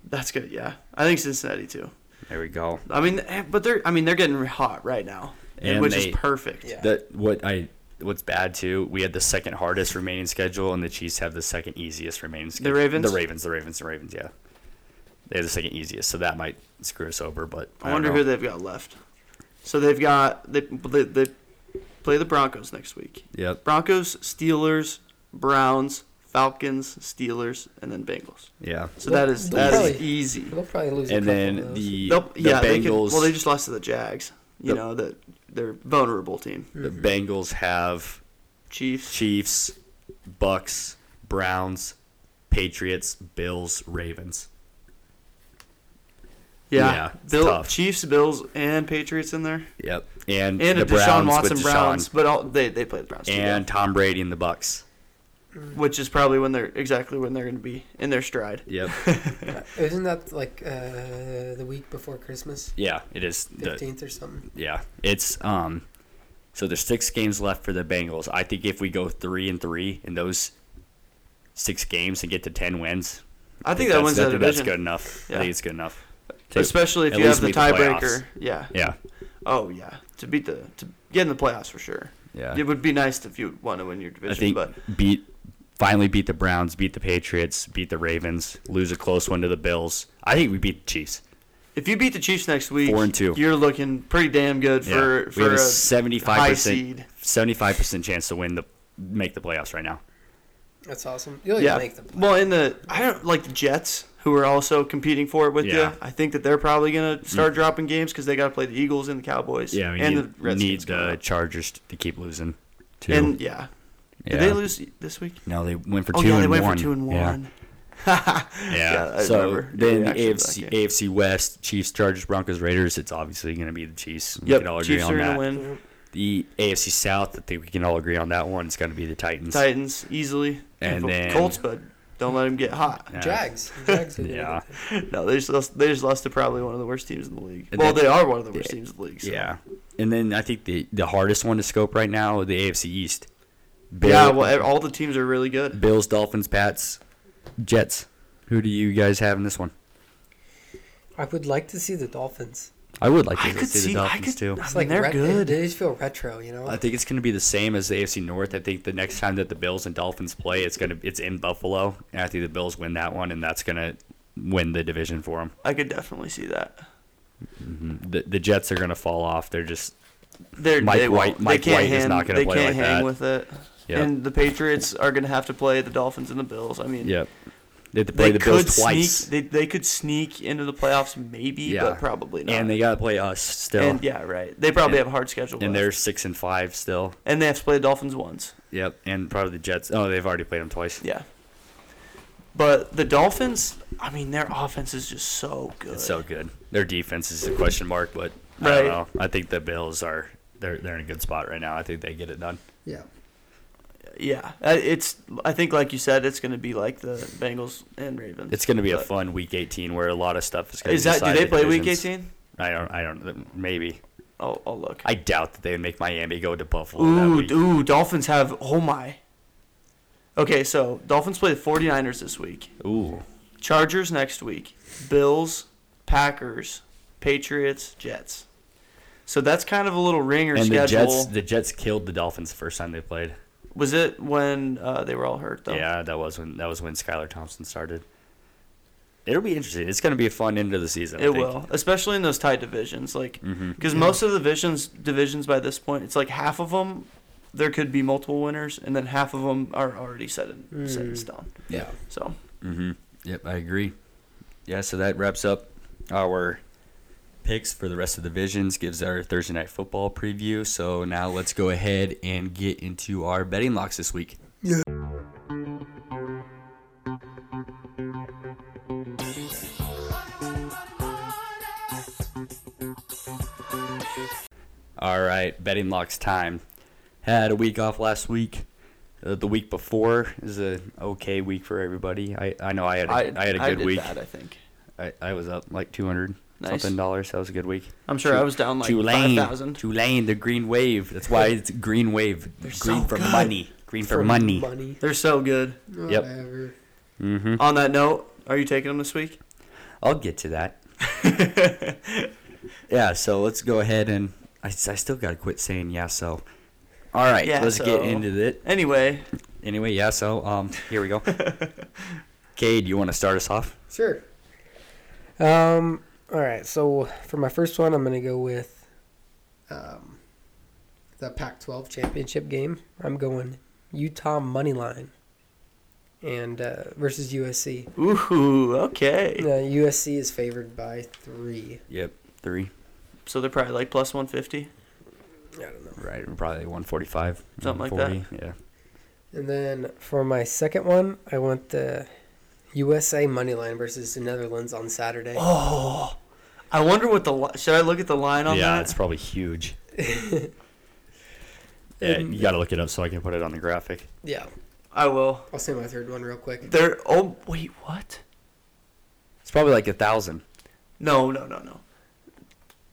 [SPEAKER 6] That's good. Yeah, I think Cincinnati too.
[SPEAKER 4] There we go.
[SPEAKER 6] I mean, eh, but they're I mean they're getting hot right now,
[SPEAKER 4] And
[SPEAKER 6] which
[SPEAKER 4] they-
[SPEAKER 6] is perfect.
[SPEAKER 7] Yeah.
[SPEAKER 4] That what I what's bad too. We had the second hardest remaining schedule, and the Chiefs have the second easiest remaining schedule.
[SPEAKER 6] Ravens?
[SPEAKER 4] the Ravens, the Ravens, the Ravens. Yeah, they have the second easiest, so that might screw us over. But I,
[SPEAKER 6] I wonder
[SPEAKER 4] don't
[SPEAKER 6] who
[SPEAKER 4] know.
[SPEAKER 6] they've got left. So they've got they they, they play the Broncos next week.
[SPEAKER 4] Yep.
[SPEAKER 6] Broncos, Steelers, Browns, Falcons, Steelers, and then Bengals.
[SPEAKER 4] Yeah.
[SPEAKER 6] So that is
[SPEAKER 7] They'll
[SPEAKER 6] that is
[SPEAKER 7] probably-
[SPEAKER 6] easy.
[SPEAKER 7] They'll probably lose.
[SPEAKER 4] And
[SPEAKER 7] a couple of
[SPEAKER 4] then
[SPEAKER 7] those.
[SPEAKER 4] the,
[SPEAKER 6] They'll-
[SPEAKER 4] the
[SPEAKER 6] yeah, they can,
[SPEAKER 4] Bengals.
[SPEAKER 6] well, they just lost to the Jags. You
[SPEAKER 4] Yep.
[SPEAKER 6] know that they're vulnerable team.
[SPEAKER 4] the Bengals have
[SPEAKER 6] Chiefs.
[SPEAKER 4] Chiefs, Bucks, Browns, Patriots, Bills, Ravens.
[SPEAKER 6] Yeah,
[SPEAKER 4] yeah, it's
[SPEAKER 6] Bill,
[SPEAKER 4] tough.
[SPEAKER 6] Chiefs, Bills, and Patriots in there,
[SPEAKER 4] Yep. And,
[SPEAKER 6] and
[SPEAKER 4] the
[SPEAKER 6] a Deshaun
[SPEAKER 4] Browns
[SPEAKER 6] Watson
[SPEAKER 4] with Deshaun
[SPEAKER 6] Browns, but all, they they play the Browns, too,
[SPEAKER 4] and Tom Brady and the Bucks.
[SPEAKER 6] yeah. which is probably when they're exactly when they're going to be in their stride.
[SPEAKER 4] (laughs) Yep.
[SPEAKER 7] isn't that like uh, the week before Christmas,
[SPEAKER 4] yeah, it is. The,
[SPEAKER 7] fifteenth or something?
[SPEAKER 4] yeah, it's um. So there's six games left for the Bengals. I think if we go three and three in those six games and get to ten wins,
[SPEAKER 6] I think that
[SPEAKER 4] that's-
[SPEAKER 6] wins that
[SPEAKER 4] That's
[SPEAKER 6] division,
[SPEAKER 4] good enough.
[SPEAKER 6] Yeah.
[SPEAKER 4] I think it's good enough. To-
[SPEAKER 6] especially if
[SPEAKER 4] at
[SPEAKER 6] you have
[SPEAKER 4] least
[SPEAKER 6] the
[SPEAKER 4] make the playoffs.
[SPEAKER 6] tiebreaker. yeah.
[SPEAKER 4] yeah,
[SPEAKER 6] Oh yeah, to beat the to get in the playoffs for sure.
[SPEAKER 4] yeah.
[SPEAKER 6] It would be nice if you want to win your division,
[SPEAKER 4] I think
[SPEAKER 6] but
[SPEAKER 4] beat finally beat the Browns, beat the Patriots, beat the Ravens, lose a close one to the Bills. I think we beat the Chiefs.
[SPEAKER 6] if you beat the Chiefs next week,
[SPEAKER 4] Four and two.
[SPEAKER 6] you're looking pretty damn good for
[SPEAKER 4] yeah.
[SPEAKER 6] for
[SPEAKER 4] we have a
[SPEAKER 6] a high
[SPEAKER 4] 75%
[SPEAKER 6] seed.
[SPEAKER 4] 75% chance to win the make the playoffs right now.
[SPEAKER 7] That's awesome. You'll
[SPEAKER 6] Yeah.
[SPEAKER 7] even make the play.
[SPEAKER 6] Well, in the I don't like the Jets who are also competing for it with
[SPEAKER 4] Yeah. Mm.
[SPEAKER 6] you. I think that they're probably gonna start dropping games because they got to play the Eagles and the Cowboys.
[SPEAKER 4] Yeah, we
[SPEAKER 6] and
[SPEAKER 4] need,
[SPEAKER 6] the Redskins
[SPEAKER 4] need
[SPEAKER 6] coming
[SPEAKER 4] the
[SPEAKER 6] up.
[SPEAKER 4] Chargers to keep losing too.
[SPEAKER 6] and yeah.
[SPEAKER 4] yeah.
[SPEAKER 6] Did they lose this week?
[SPEAKER 4] No, they went for
[SPEAKER 6] Oh
[SPEAKER 4] two
[SPEAKER 6] yeah,
[SPEAKER 4] and
[SPEAKER 6] they went
[SPEAKER 4] one.
[SPEAKER 6] for two and
[SPEAKER 4] Yeah.
[SPEAKER 6] one.
[SPEAKER 4] Yeah.
[SPEAKER 6] Yeah, I
[SPEAKER 4] so
[SPEAKER 6] remember the
[SPEAKER 4] then the
[SPEAKER 6] reaction to that
[SPEAKER 4] AFC,
[SPEAKER 6] game.
[SPEAKER 4] AFC West, Chiefs, Chargers, Broncos, Raiders. It's obviously going to be the Chiefs. We
[SPEAKER 6] Yep,
[SPEAKER 4] can all agree
[SPEAKER 6] Chiefs
[SPEAKER 4] on
[SPEAKER 6] are
[SPEAKER 4] that.
[SPEAKER 6] gonna win.
[SPEAKER 4] The AFC South, I think we can all agree on that one. It's going to be the Titans.
[SPEAKER 6] Titans easily.
[SPEAKER 4] And
[SPEAKER 6] the
[SPEAKER 4] then-
[SPEAKER 6] Colts, but don't let them get hot.
[SPEAKER 4] Yeah.
[SPEAKER 7] Jags. Jags.
[SPEAKER 4] (laughs)
[SPEAKER 7] are gonna
[SPEAKER 4] Yeah.
[SPEAKER 7] get
[SPEAKER 6] (laughs)
[SPEAKER 7] it.
[SPEAKER 6] No, they just lost, they just lost to probably one of the worst teams in the league.
[SPEAKER 4] And
[SPEAKER 6] well,
[SPEAKER 4] then-
[SPEAKER 6] they are one of the worst
[SPEAKER 4] Yeah.
[SPEAKER 6] teams in the league. So.
[SPEAKER 4] Yeah. And then I think the, the hardest one to scope right now is the AFC East. Bill,
[SPEAKER 6] Yeah, well, ev- all the teams are really good.
[SPEAKER 4] Bills, Dolphins, Pats, Jets. Who do you guys have in this one?
[SPEAKER 7] I would like to see the Dolphins.
[SPEAKER 4] I would like to
[SPEAKER 6] I could
[SPEAKER 4] see,
[SPEAKER 6] see.
[SPEAKER 4] the Dolphins
[SPEAKER 6] I could.
[SPEAKER 4] too.
[SPEAKER 6] I
[SPEAKER 7] It's
[SPEAKER 6] mean,
[SPEAKER 7] like
[SPEAKER 6] they're
[SPEAKER 7] ret-
[SPEAKER 6] good.
[SPEAKER 7] They just feel retro, you know.
[SPEAKER 4] I think it's going to be the same as the AFC North. I think the next time that the Bills and Dolphins play, it's going to it's in Buffalo. And I think the Bills win that one, and that's going to win the division for them.
[SPEAKER 6] I could definitely see that.
[SPEAKER 4] The, the Jets are going to fall off. They're just
[SPEAKER 6] They're,
[SPEAKER 4] Mike
[SPEAKER 6] they won't.
[SPEAKER 4] White- Mike
[SPEAKER 6] they can't
[SPEAKER 4] White is
[SPEAKER 6] hang,
[SPEAKER 4] not gonna
[SPEAKER 6] They
[SPEAKER 4] play
[SPEAKER 6] can't
[SPEAKER 4] like
[SPEAKER 6] hang
[SPEAKER 4] that.
[SPEAKER 6] with it.
[SPEAKER 4] Yep.
[SPEAKER 6] And the Patriots are going to have to play the Dolphins and the Bills. I mean,
[SPEAKER 4] yep. They have to play
[SPEAKER 6] they
[SPEAKER 4] the
[SPEAKER 6] could
[SPEAKER 4] Bills twice.
[SPEAKER 6] sneak. They, they could sneak into the playoffs, maybe,
[SPEAKER 4] yeah,
[SPEAKER 6] but probably not.
[SPEAKER 4] And they got to play us still.
[SPEAKER 6] And, yeah, right. They probably
[SPEAKER 4] And-
[SPEAKER 6] have a hard schedule.
[SPEAKER 4] and
[SPEAKER 6] left.
[SPEAKER 4] they're six and five still.
[SPEAKER 6] and they have to play the Dolphins once.
[SPEAKER 4] Yep, and probably the Jets. Oh, they've already played them twice.
[SPEAKER 6] Yeah. But the Dolphins, I mean, their offense is just so good.
[SPEAKER 4] It's so good. Their defense is a question mark, but I
[SPEAKER 6] Right.
[SPEAKER 4] don't know. I think the Bills are they're they're in a good spot right now. I think they get it done.
[SPEAKER 7] yeah.
[SPEAKER 6] yeah, Uh, it's. I think, like you said, it's going to be like the Bengals and Ravens.
[SPEAKER 4] It's going to be a
[SPEAKER 6] But-
[SPEAKER 4] fun Week 18 where a lot of stuff is going to.
[SPEAKER 6] Is that do they play Week 18?
[SPEAKER 4] I don't. I don't. Maybe.
[SPEAKER 6] I'll, I'll look.
[SPEAKER 4] I doubt that they would make Miami go to Buffalo that
[SPEAKER 6] Ooh,
[SPEAKER 4] week.
[SPEAKER 6] ooh, Dolphins have. Oh my. Okay, so Dolphins play the 49ers this week,
[SPEAKER 4] Ooh,
[SPEAKER 6] Chargers next week, Bills, Packers, Patriots, Jets. So that's kind of a little ringer
[SPEAKER 4] and
[SPEAKER 6] schedule.
[SPEAKER 4] the Jets. The Jets killed the Dolphins the first time they played.
[SPEAKER 6] Was it when uh, they were all hurt though?
[SPEAKER 4] Yeah, that was when that was when Skylar Thompson started. It'll be interesting. It's going to be a fun end of the season. I
[SPEAKER 6] It
[SPEAKER 4] think.
[SPEAKER 6] will, especially in those tight divisions, like because
[SPEAKER 4] Mm-hmm.
[SPEAKER 6] most of the divisions divisions by this point, it's like half of them there could be multiple winners, and then half of them are already set in set
[SPEAKER 4] Mm.
[SPEAKER 6] in stone.
[SPEAKER 4] Yeah.
[SPEAKER 6] So
[SPEAKER 4] Mm-hmm. Yep, I agree. Yeah, so that wraps up our picks for the rest of the divisions, gives our Thursday night football preview. So now let's go ahead and get into our betting locks this week. All right, betting locks time. Had a week off last week. Uh, the week before is a okay week for everybody. I, I know I had a, I, had a good
[SPEAKER 6] did
[SPEAKER 4] week.
[SPEAKER 6] Bad, I think.
[SPEAKER 4] I, I was up like two hundred
[SPEAKER 6] Nice.
[SPEAKER 4] something dollars. That was a good week.
[SPEAKER 6] I'm sure I was down like
[SPEAKER 4] Tulane,
[SPEAKER 6] 5,000.
[SPEAKER 4] Tulane, the green wave. That's why
[SPEAKER 6] (laughs)
[SPEAKER 4] it's green wave. green
[SPEAKER 6] so
[SPEAKER 4] for
[SPEAKER 6] good.
[SPEAKER 4] money. Green for, money.
[SPEAKER 7] Money. Oh,
[SPEAKER 6] They're so good.
[SPEAKER 4] Yep.
[SPEAKER 7] Whatever.
[SPEAKER 4] Mm-hmm.
[SPEAKER 6] On that note, are you taking them this week?
[SPEAKER 4] I'll get to that.
[SPEAKER 6] (laughs)
[SPEAKER 4] yeah. So let's go ahead and I, s- I still gotta quit saying yeah. So. All right.
[SPEAKER 6] Yeah,
[SPEAKER 4] let's get
[SPEAKER 6] so.
[SPEAKER 4] into it.
[SPEAKER 6] Anyway,
[SPEAKER 4] Anyway, yeah. So um, here we go. Cade, you want to start us off?
[SPEAKER 7] Sure. Um. All right. So for my first one, I'm gonna go with um, the Pac-12 championship game. I'm going Utah money line and uh, versus USC.
[SPEAKER 6] Ooh, okay.
[SPEAKER 7] Uh, USC is favored by three.
[SPEAKER 4] Yep, three.
[SPEAKER 6] So they're probably like plus 150.
[SPEAKER 7] I don't know.
[SPEAKER 4] Right, probably 145.
[SPEAKER 6] Something like
[SPEAKER 4] 140, Yeah.
[SPEAKER 7] And then for my second one, I want the USA money line versus the Netherlands on Saturday.
[SPEAKER 6] Oh, I wonder what the li- should I look at the line on
[SPEAKER 4] yeah,
[SPEAKER 6] that?
[SPEAKER 4] it's probably (laughs) huge. yeah, you got to look it up so I can put it on the graphic.
[SPEAKER 7] Yeah,
[SPEAKER 6] I will.
[SPEAKER 7] I'll say my third one real quick.
[SPEAKER 6] They're oh wait what?
[SPEAKER 4] It's probably like a thousand.
[SPEAKER 6] No no no no.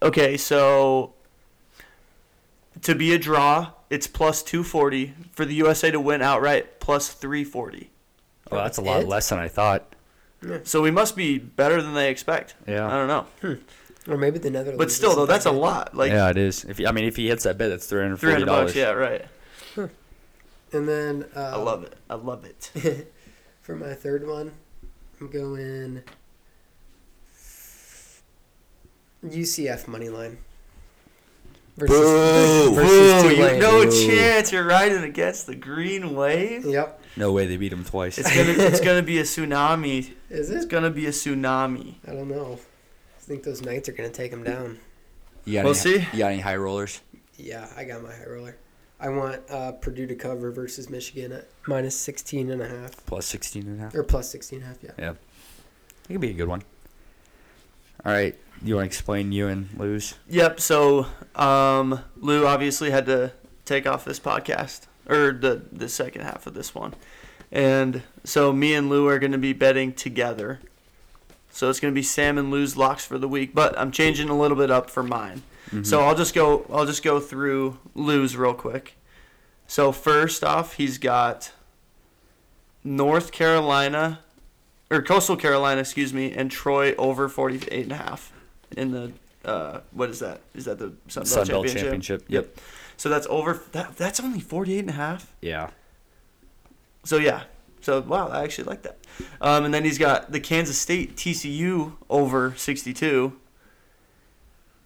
[SPEAKER 6] Okay, so to be a draw, it's plus 240 for the USA to win outright, plus 340.
[SPEAKER 4] Oh, that's a lot
[SPEAKER 7] It?
[SPEAKER 4] less than I thought.
[SPEAKER 6] So we must be better than they expect.
[SPEAKER 4] Yeah.
[SPEAKER 6] I don't know,
[SPEAKER 7] Or maybe the Netherlands.
[SPEAKER 6] but still
[SPEAKER 7] isn't
[SPEAKER 6] though, that's a
[SPEAKER 7] that good.
[SPEAKER 6] lot. Like
[SPEAKER 4] yeah, it is. If he- I mean, if he hits that bet, that's three hundred forty
[SPEAKER 6] 300
[SPEAKER 4] dollars.
[SPEAKER 6] bucks. Yeah, right.
[SPEAKER 7] And then uh,
[SPEAKER 6] I love it. I love it.
[SPEAKER 7] for my third one, I'm going UCF money line versus, versus
[SPEAKER 6] Ooh, you
[SPEAKER 7] Tulane.
[SPEAKER 6] no chance. You're riding against the green wave.
[SPEAKER 7] Yep.
[SPEAKER 4] No way they beat him twice.
[SPEAKER 6] It's gonna, it's gonna be a tsunami.
[SPEAKER 7] Is
[SPEAKER 6] It's
[SPEAKER 7] it?
[SPEAKER 6] gonna be a tsunami.
[SPEAKER 7] I don't know. I think those Knights are gonna take them down.
[SPEAKER 4] You got
[SPEAKER 6] We'll
[SPEAKER 4] any,
[SPEAKER 6] see.
[SPEAKER 4] You got any high rollers?
[SPEAKER 7] Yeah, I got my high roller. I want uh, Purdue to cover versus Michigan at minus 16 and a half
[SPEAKER 4] Plus sixteen and a half.
[SPEAKER 7] or plus 16 and a half, yeah.
[SPEAKER 4] It could be a good one. All right, you want to explain you and lose?
[SPEAKER 6] Yep. So um, Lou obviously had to take off this podcast or the the second half of this one, and so me and Lou are going to be betting together. So it's going to be Sam and Lou's locks for the week, but I'm changing a little bit up for mine. So I'll just go I'll just go through Lou's real quick. So first off, he's got North Carolina or Coastal Carolina, excuse me, and Troy over 48 and a half in the uh, what is that? Is that the Sun Belt,
[SPEAKER 4] Sun Belt
[SPEAKER 6] Championship?
[SPEAKER 4] Championship,
[SPEAKER 6] Yep.
[SPEAKER 4] yep.
[SPEAKER 6] So that's over that, that's only 48 and a half.
[SPEAKER 4] Yeah.
[SPEAKER 6] So yeah. So wow, I actually like that. Um, and then he's got the Kansas State TCU over 62.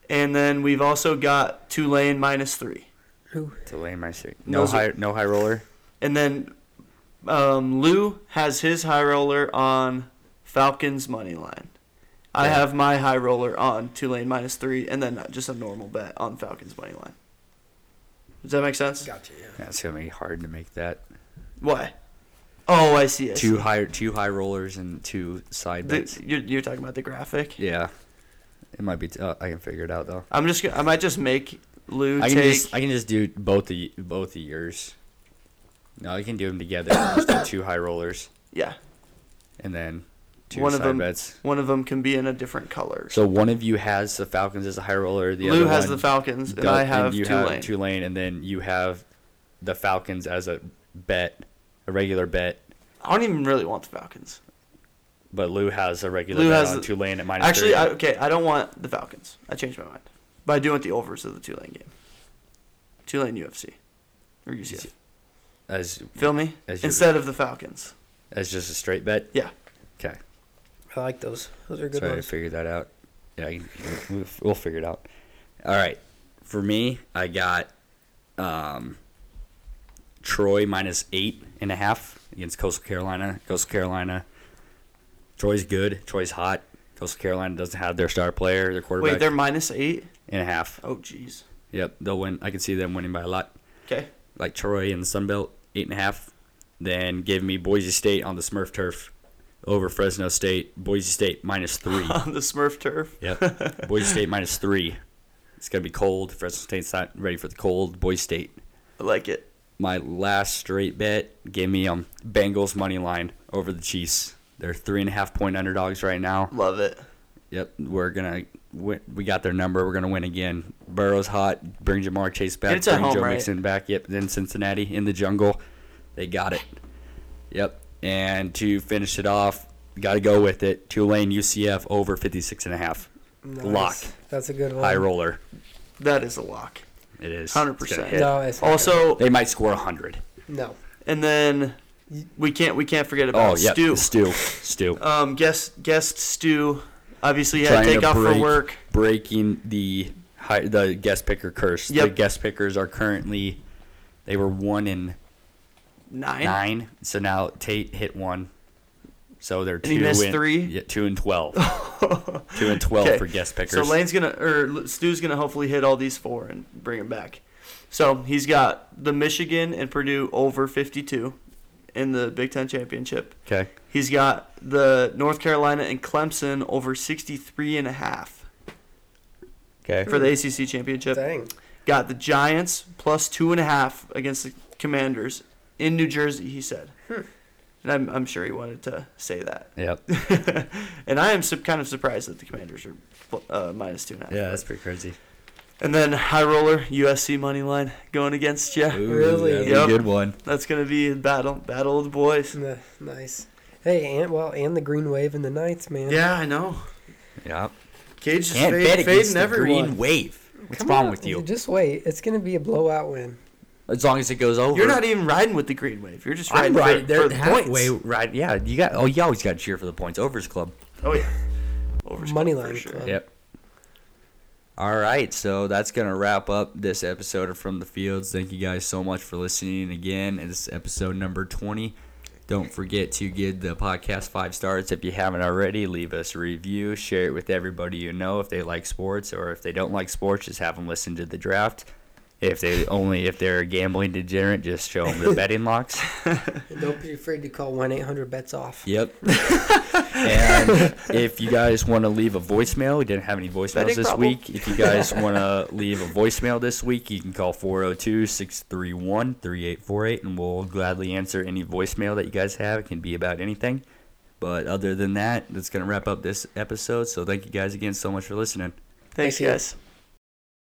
[SPEAKER 6] And then we've also got Tulane minus 3.
[SPEAKER 4] Delay my six. No
[SPEAKER 6] Those are-
[SPEAKER 4] high, no high roller.
[SPEAKER 6] And then um, Lou has his high roller on Falcons money line. I
[SPEAKER 4] Yeah.
[SPEAKER 6] have my high roller on Tulane minus three, and then just a normal bet on Falcons money line. Does that make sense?
[SPEAKER 7] Gotcha, yeah.
[SPEAKER 4] That's gonna be hard to make that.
[SPEAKER 6] Why? Oh, I see. I see.
[SPEAKER 4] Two high, two high rollers and two side bets.
[SPEAKER 6] The, you're, you're talking about the graphic.
[SPEAKER 4] yeah. It might be. T- uh, I can figure it out though.
[SPEAKER 6] I'm just. Gonna, I might just make Lou
[SPEAKER 4] I can
[SPEAKER 6] take.
[SPEAKER 4] just I can just do both the both the years. No, I can do them together. just do two high rollers
[SPEAKER 6] yeah,
[SPEAKER 4] and then two
[SPEAKER 6] One of
[SPEAKER 4] side
[SPEAKER 6] them-
[SPEAKER 4] bets.
[SPEAKER 6] one of them can be in a different color.
[SPEAKER 4] So one of you has the Falcons as a high roller. The
[SPEAKER 6] Lou
[SPEAKER 4] other
[SPEAKER 6] has
[SPEAKER 4] one
[SPEAKER 6] the Falcons, and
[SPEAKER 4] does-
[SPEAKER 6] I have
[SPEAKER 4] you
[SPEAKER 6] Tulane.
[SPEAKER 4] have Tulane, and then you have the Falcons as a bet, a regular bet.
[SPEAKER 6] I don't even really want the Falcons.
[SPEAKER 4] But Lou has a regular
[SPEAKER 6] Lou
[SPEAKER 4] bet
[SPEAKER 6] has
[SPEAKER 4] on
[SPEAKER 6] the-
[SPEAKER 4] Tulane at minus
[SPEAKER 6] Actually, I,
[SPEAKER 4] three.
[SPEAKER 6] okay, I don't want the Falcons. I changed my mind. But I do want the overs of the Tulane game. Tulane UFC. Or UCF.
[SPEAKER 4] as
[SPEAKER 6] Feel me?
[SPEAKER 4] As your-
[SPEAKER 6] Instead of the Falcons.
[SPEAKER 4] as just a straight bet.
[SPEAKER 6] Yeah.
[SPEAKER 4] Okay,
[SPEAKER 7] I like those. Those are good
[SPEAKER 4] sorry to
[SPEAKER 7] ones.
[SPEAKER 4] figure that out. Yeah, I can- we'll- we'll figure it out. All right, for me, I got um, Troy minus eight and a half against Coastal Carolina. Coastal Carolina, Troy's good. Troy's hot. Coastal Carolina doesn't have their star player, their quarterback,
[SPEAKER 6] Wait, they're minus eight?
[SPEAKER 4] and a half.
[SPEAKER 6] Oh, jeez.
[SPEAKER 4] Yep, they'll win. I can see them winning by a lot.
[SPEAKER 6] Okay. (laughs)
[SPEAKER 4] Like Troy and Sunbelt, eight and a half. Then give me Boise State on the Smurf turf over Fresno State. Boise State minus three.
[SPEAKER 6] On the Smurf turf.
[SPEAKER 4] yep. (laughs) Boise State minus three. It's gonna be cold. Fresno State's not ready for the cold. Boise State.
[SPEAKER 6] I like it.
[SPEAKER 4] My last straight bet. Give me um Bengals money line over the Chiefs. They're three and a half point underdogs right now.
[SPEAKER 6] Love it.
[SPEAKER 4] Yep, we're gonna. Win. We got their number. We're gonna win again. Burrow's hot. Bring Jamar Chase back.
[SPEAKER 6] And it's at
[SPEAKER 4] bring
[SPEAKER 6] home,
[SPEAKER 4] Joe
[SPEAKER 6] right?
[SPEAKER 4] Mixon back. Yep. Then Cincinnati in the jungle. They got it. Yep. And to finish it off, got to go with it. Tulane UCF over 56 and a half.
[SPEAKER 7] Nice.
[SPEAKER 4] Lock.
[SPEAKER 7] That's a good one.
[SPEAKER 6] Oh.
[SPEAKER 4] High roller.
[SPEAKER 6] That is a lock.
[SPEAKER 4] It is. It's gonna
[SPEAKER 6] 100%.
[SPEAKER 4] hit.
[SPEAKER 7] No, it's not
[SPEAKER 6] Also,
[SPEAKER 4] They might score 100.
[SPEAKER 7] No.
[SPEAKER 6] and then we can't we can't forget
[SPEAKER 4] Oh,
[SPEAKER 6] about
[SPEAKER 4] yeah.
[SPEAKER 6] Stu.
[SPEAKER 4] Stu. Stu.
[SPEAKER 6] Um, guest guest Stu. Obviously, he had
[SPEAKER 4] Trying
[SPEAKER 6] to take off
[SPEAKER 4] break,
[SPEAKER 6] for work.
[SPEAKER 4] Breaking the hi- the guest picker curse. The
[SPEAKER 6] Yep.
[SPEAKER 4] guest pickers are currently they were one in
[SPEAKER 6] Nine.
[SPEAKER 4] nine. So now Tate hit one. So they're two
[SPEAKER 6] he missed
[SPEAKER 4] and
[SPEAKER 6] three?
[SPEAKER 4] Yeah, two and
[SPEAKER 6] (laughs)
[SPEAKER 4] twelve. two and twelve
[SPEAKER 6] Okay.
[SPEAKER 4] for guest pickers.
[SPEAKER 6] So Lane's gonna or L- Stu's gonna hopefully hit all these four and bring it back. So he's got the Michigan and Purdue over 52 in the Big Ten championship.
[SPEAKER 4] okay.
[SPEAKER 6] He's got the North Carolina and Clemson over 63 and a half
[SPEAKER 4] Okay.
[SPEAKER 6] for the ACC championship.
[SPEAKER 7] Dang.
[SPEAKER 6] Got the Giants plus two and a half against the Commanders in New Jersey. He said, and I'm, I'm sure he wanted to say that. (laughs)
[SPEAKER 4] Yep.
[SPEAKER 6] and I am sup- kind of surprised that the Commanders are uh, minus two and a half.
[SPEAKER 4] Yeah, that's pretty crazy.
[SPEAKER 6] And then high roller USC money line going against you.
[SPEAKER 7] Really?
[SPEAKER 10] That's
[SPEAKER 6] Yep.
[SPEAKER 10] a good one.
[SPEAKER 6] That's gonna be a battle, battle of the boys.
[SPEAKER 7] N- Nice. Hey, and well, and the green wave in the ninth, man.
[SPEAKER 6] Yeah, I know.
[SPEAKER 4] Yeah.
[SPEAKER 6] Cage just
[SPEAKER 4] Can't
[SPEAKER 6] fade,
[SPEAKER 4] bet against
[SPEAKER 6] fading
[SPEAKER 4] the
[SPEAKER 6] everyone.
[SPEAKER 4] green wave. What's
[SPEAKER 7] Come
[SPEAKER 4] wrong
[SPEAKER 7] on,
[SPEAKER 4] with you?
[SPEAKER 7] Just wait. It's gonna be a blowout win.
[SPEAKER 4] As long as it goes over.
[SPEAKER 6] You're not even riding with the green wave. You're just
[SPEAKER 4] I'm
[SPEAKER 6] riding
[SPEAKER 4] right.
[SPEAKER 6] for,
[SPEAKER 4] They're
[SPEAKER 6] for the
[SPEAKER 4] halfway
[SPEAKER 6] points.
[SPEAKER 4] right. Yeah, you got. Oh, you always got to cheer for the points. Overs club.
[SPEAKER 6] Oh yeah. Over
[SPEAKER 7] Money
[SPEAKER 6] for
[SPEAKER 7] line
[SPEAKER 6] sure.
[SPEAKER 7] club.
[SPEAKER 4] Yep. All right, so that's gonna wrap up this episode of From the Fields. Thank you guys so much for listening again. It's episode number twenty. Don't forget to give the podcast five stars if you haven't already. Leave us a review. Share it with everybody you know if they like sports, or if they don't like sports, just have them listen to the draft. If they only if they're a gambling degenerate, just show them the betting locks.
[SPEAKER 7] And don't be afraid to call one eight hundred bets off.
[SPEAKER 4] Yep. and if you guys want to leave a voicemail, we didn't have any voicemails
[SPEAKER 6] Betting
[SPEAKER 4] this
[SPEAKER 6] problem.
[SPEAKER 4] week. If you guys want to leave a voicemail this week, you can call 402 631 3848, and we'll gladly answer any voicemail that you guys have. It can be about anything. But other than that, that's going to wrap up this episode. So thank you guys again so much for listening.
[SPEAKER 6] Thanks,
[SPEAKER 7] Thank you.
[SPEAKER 6] guys.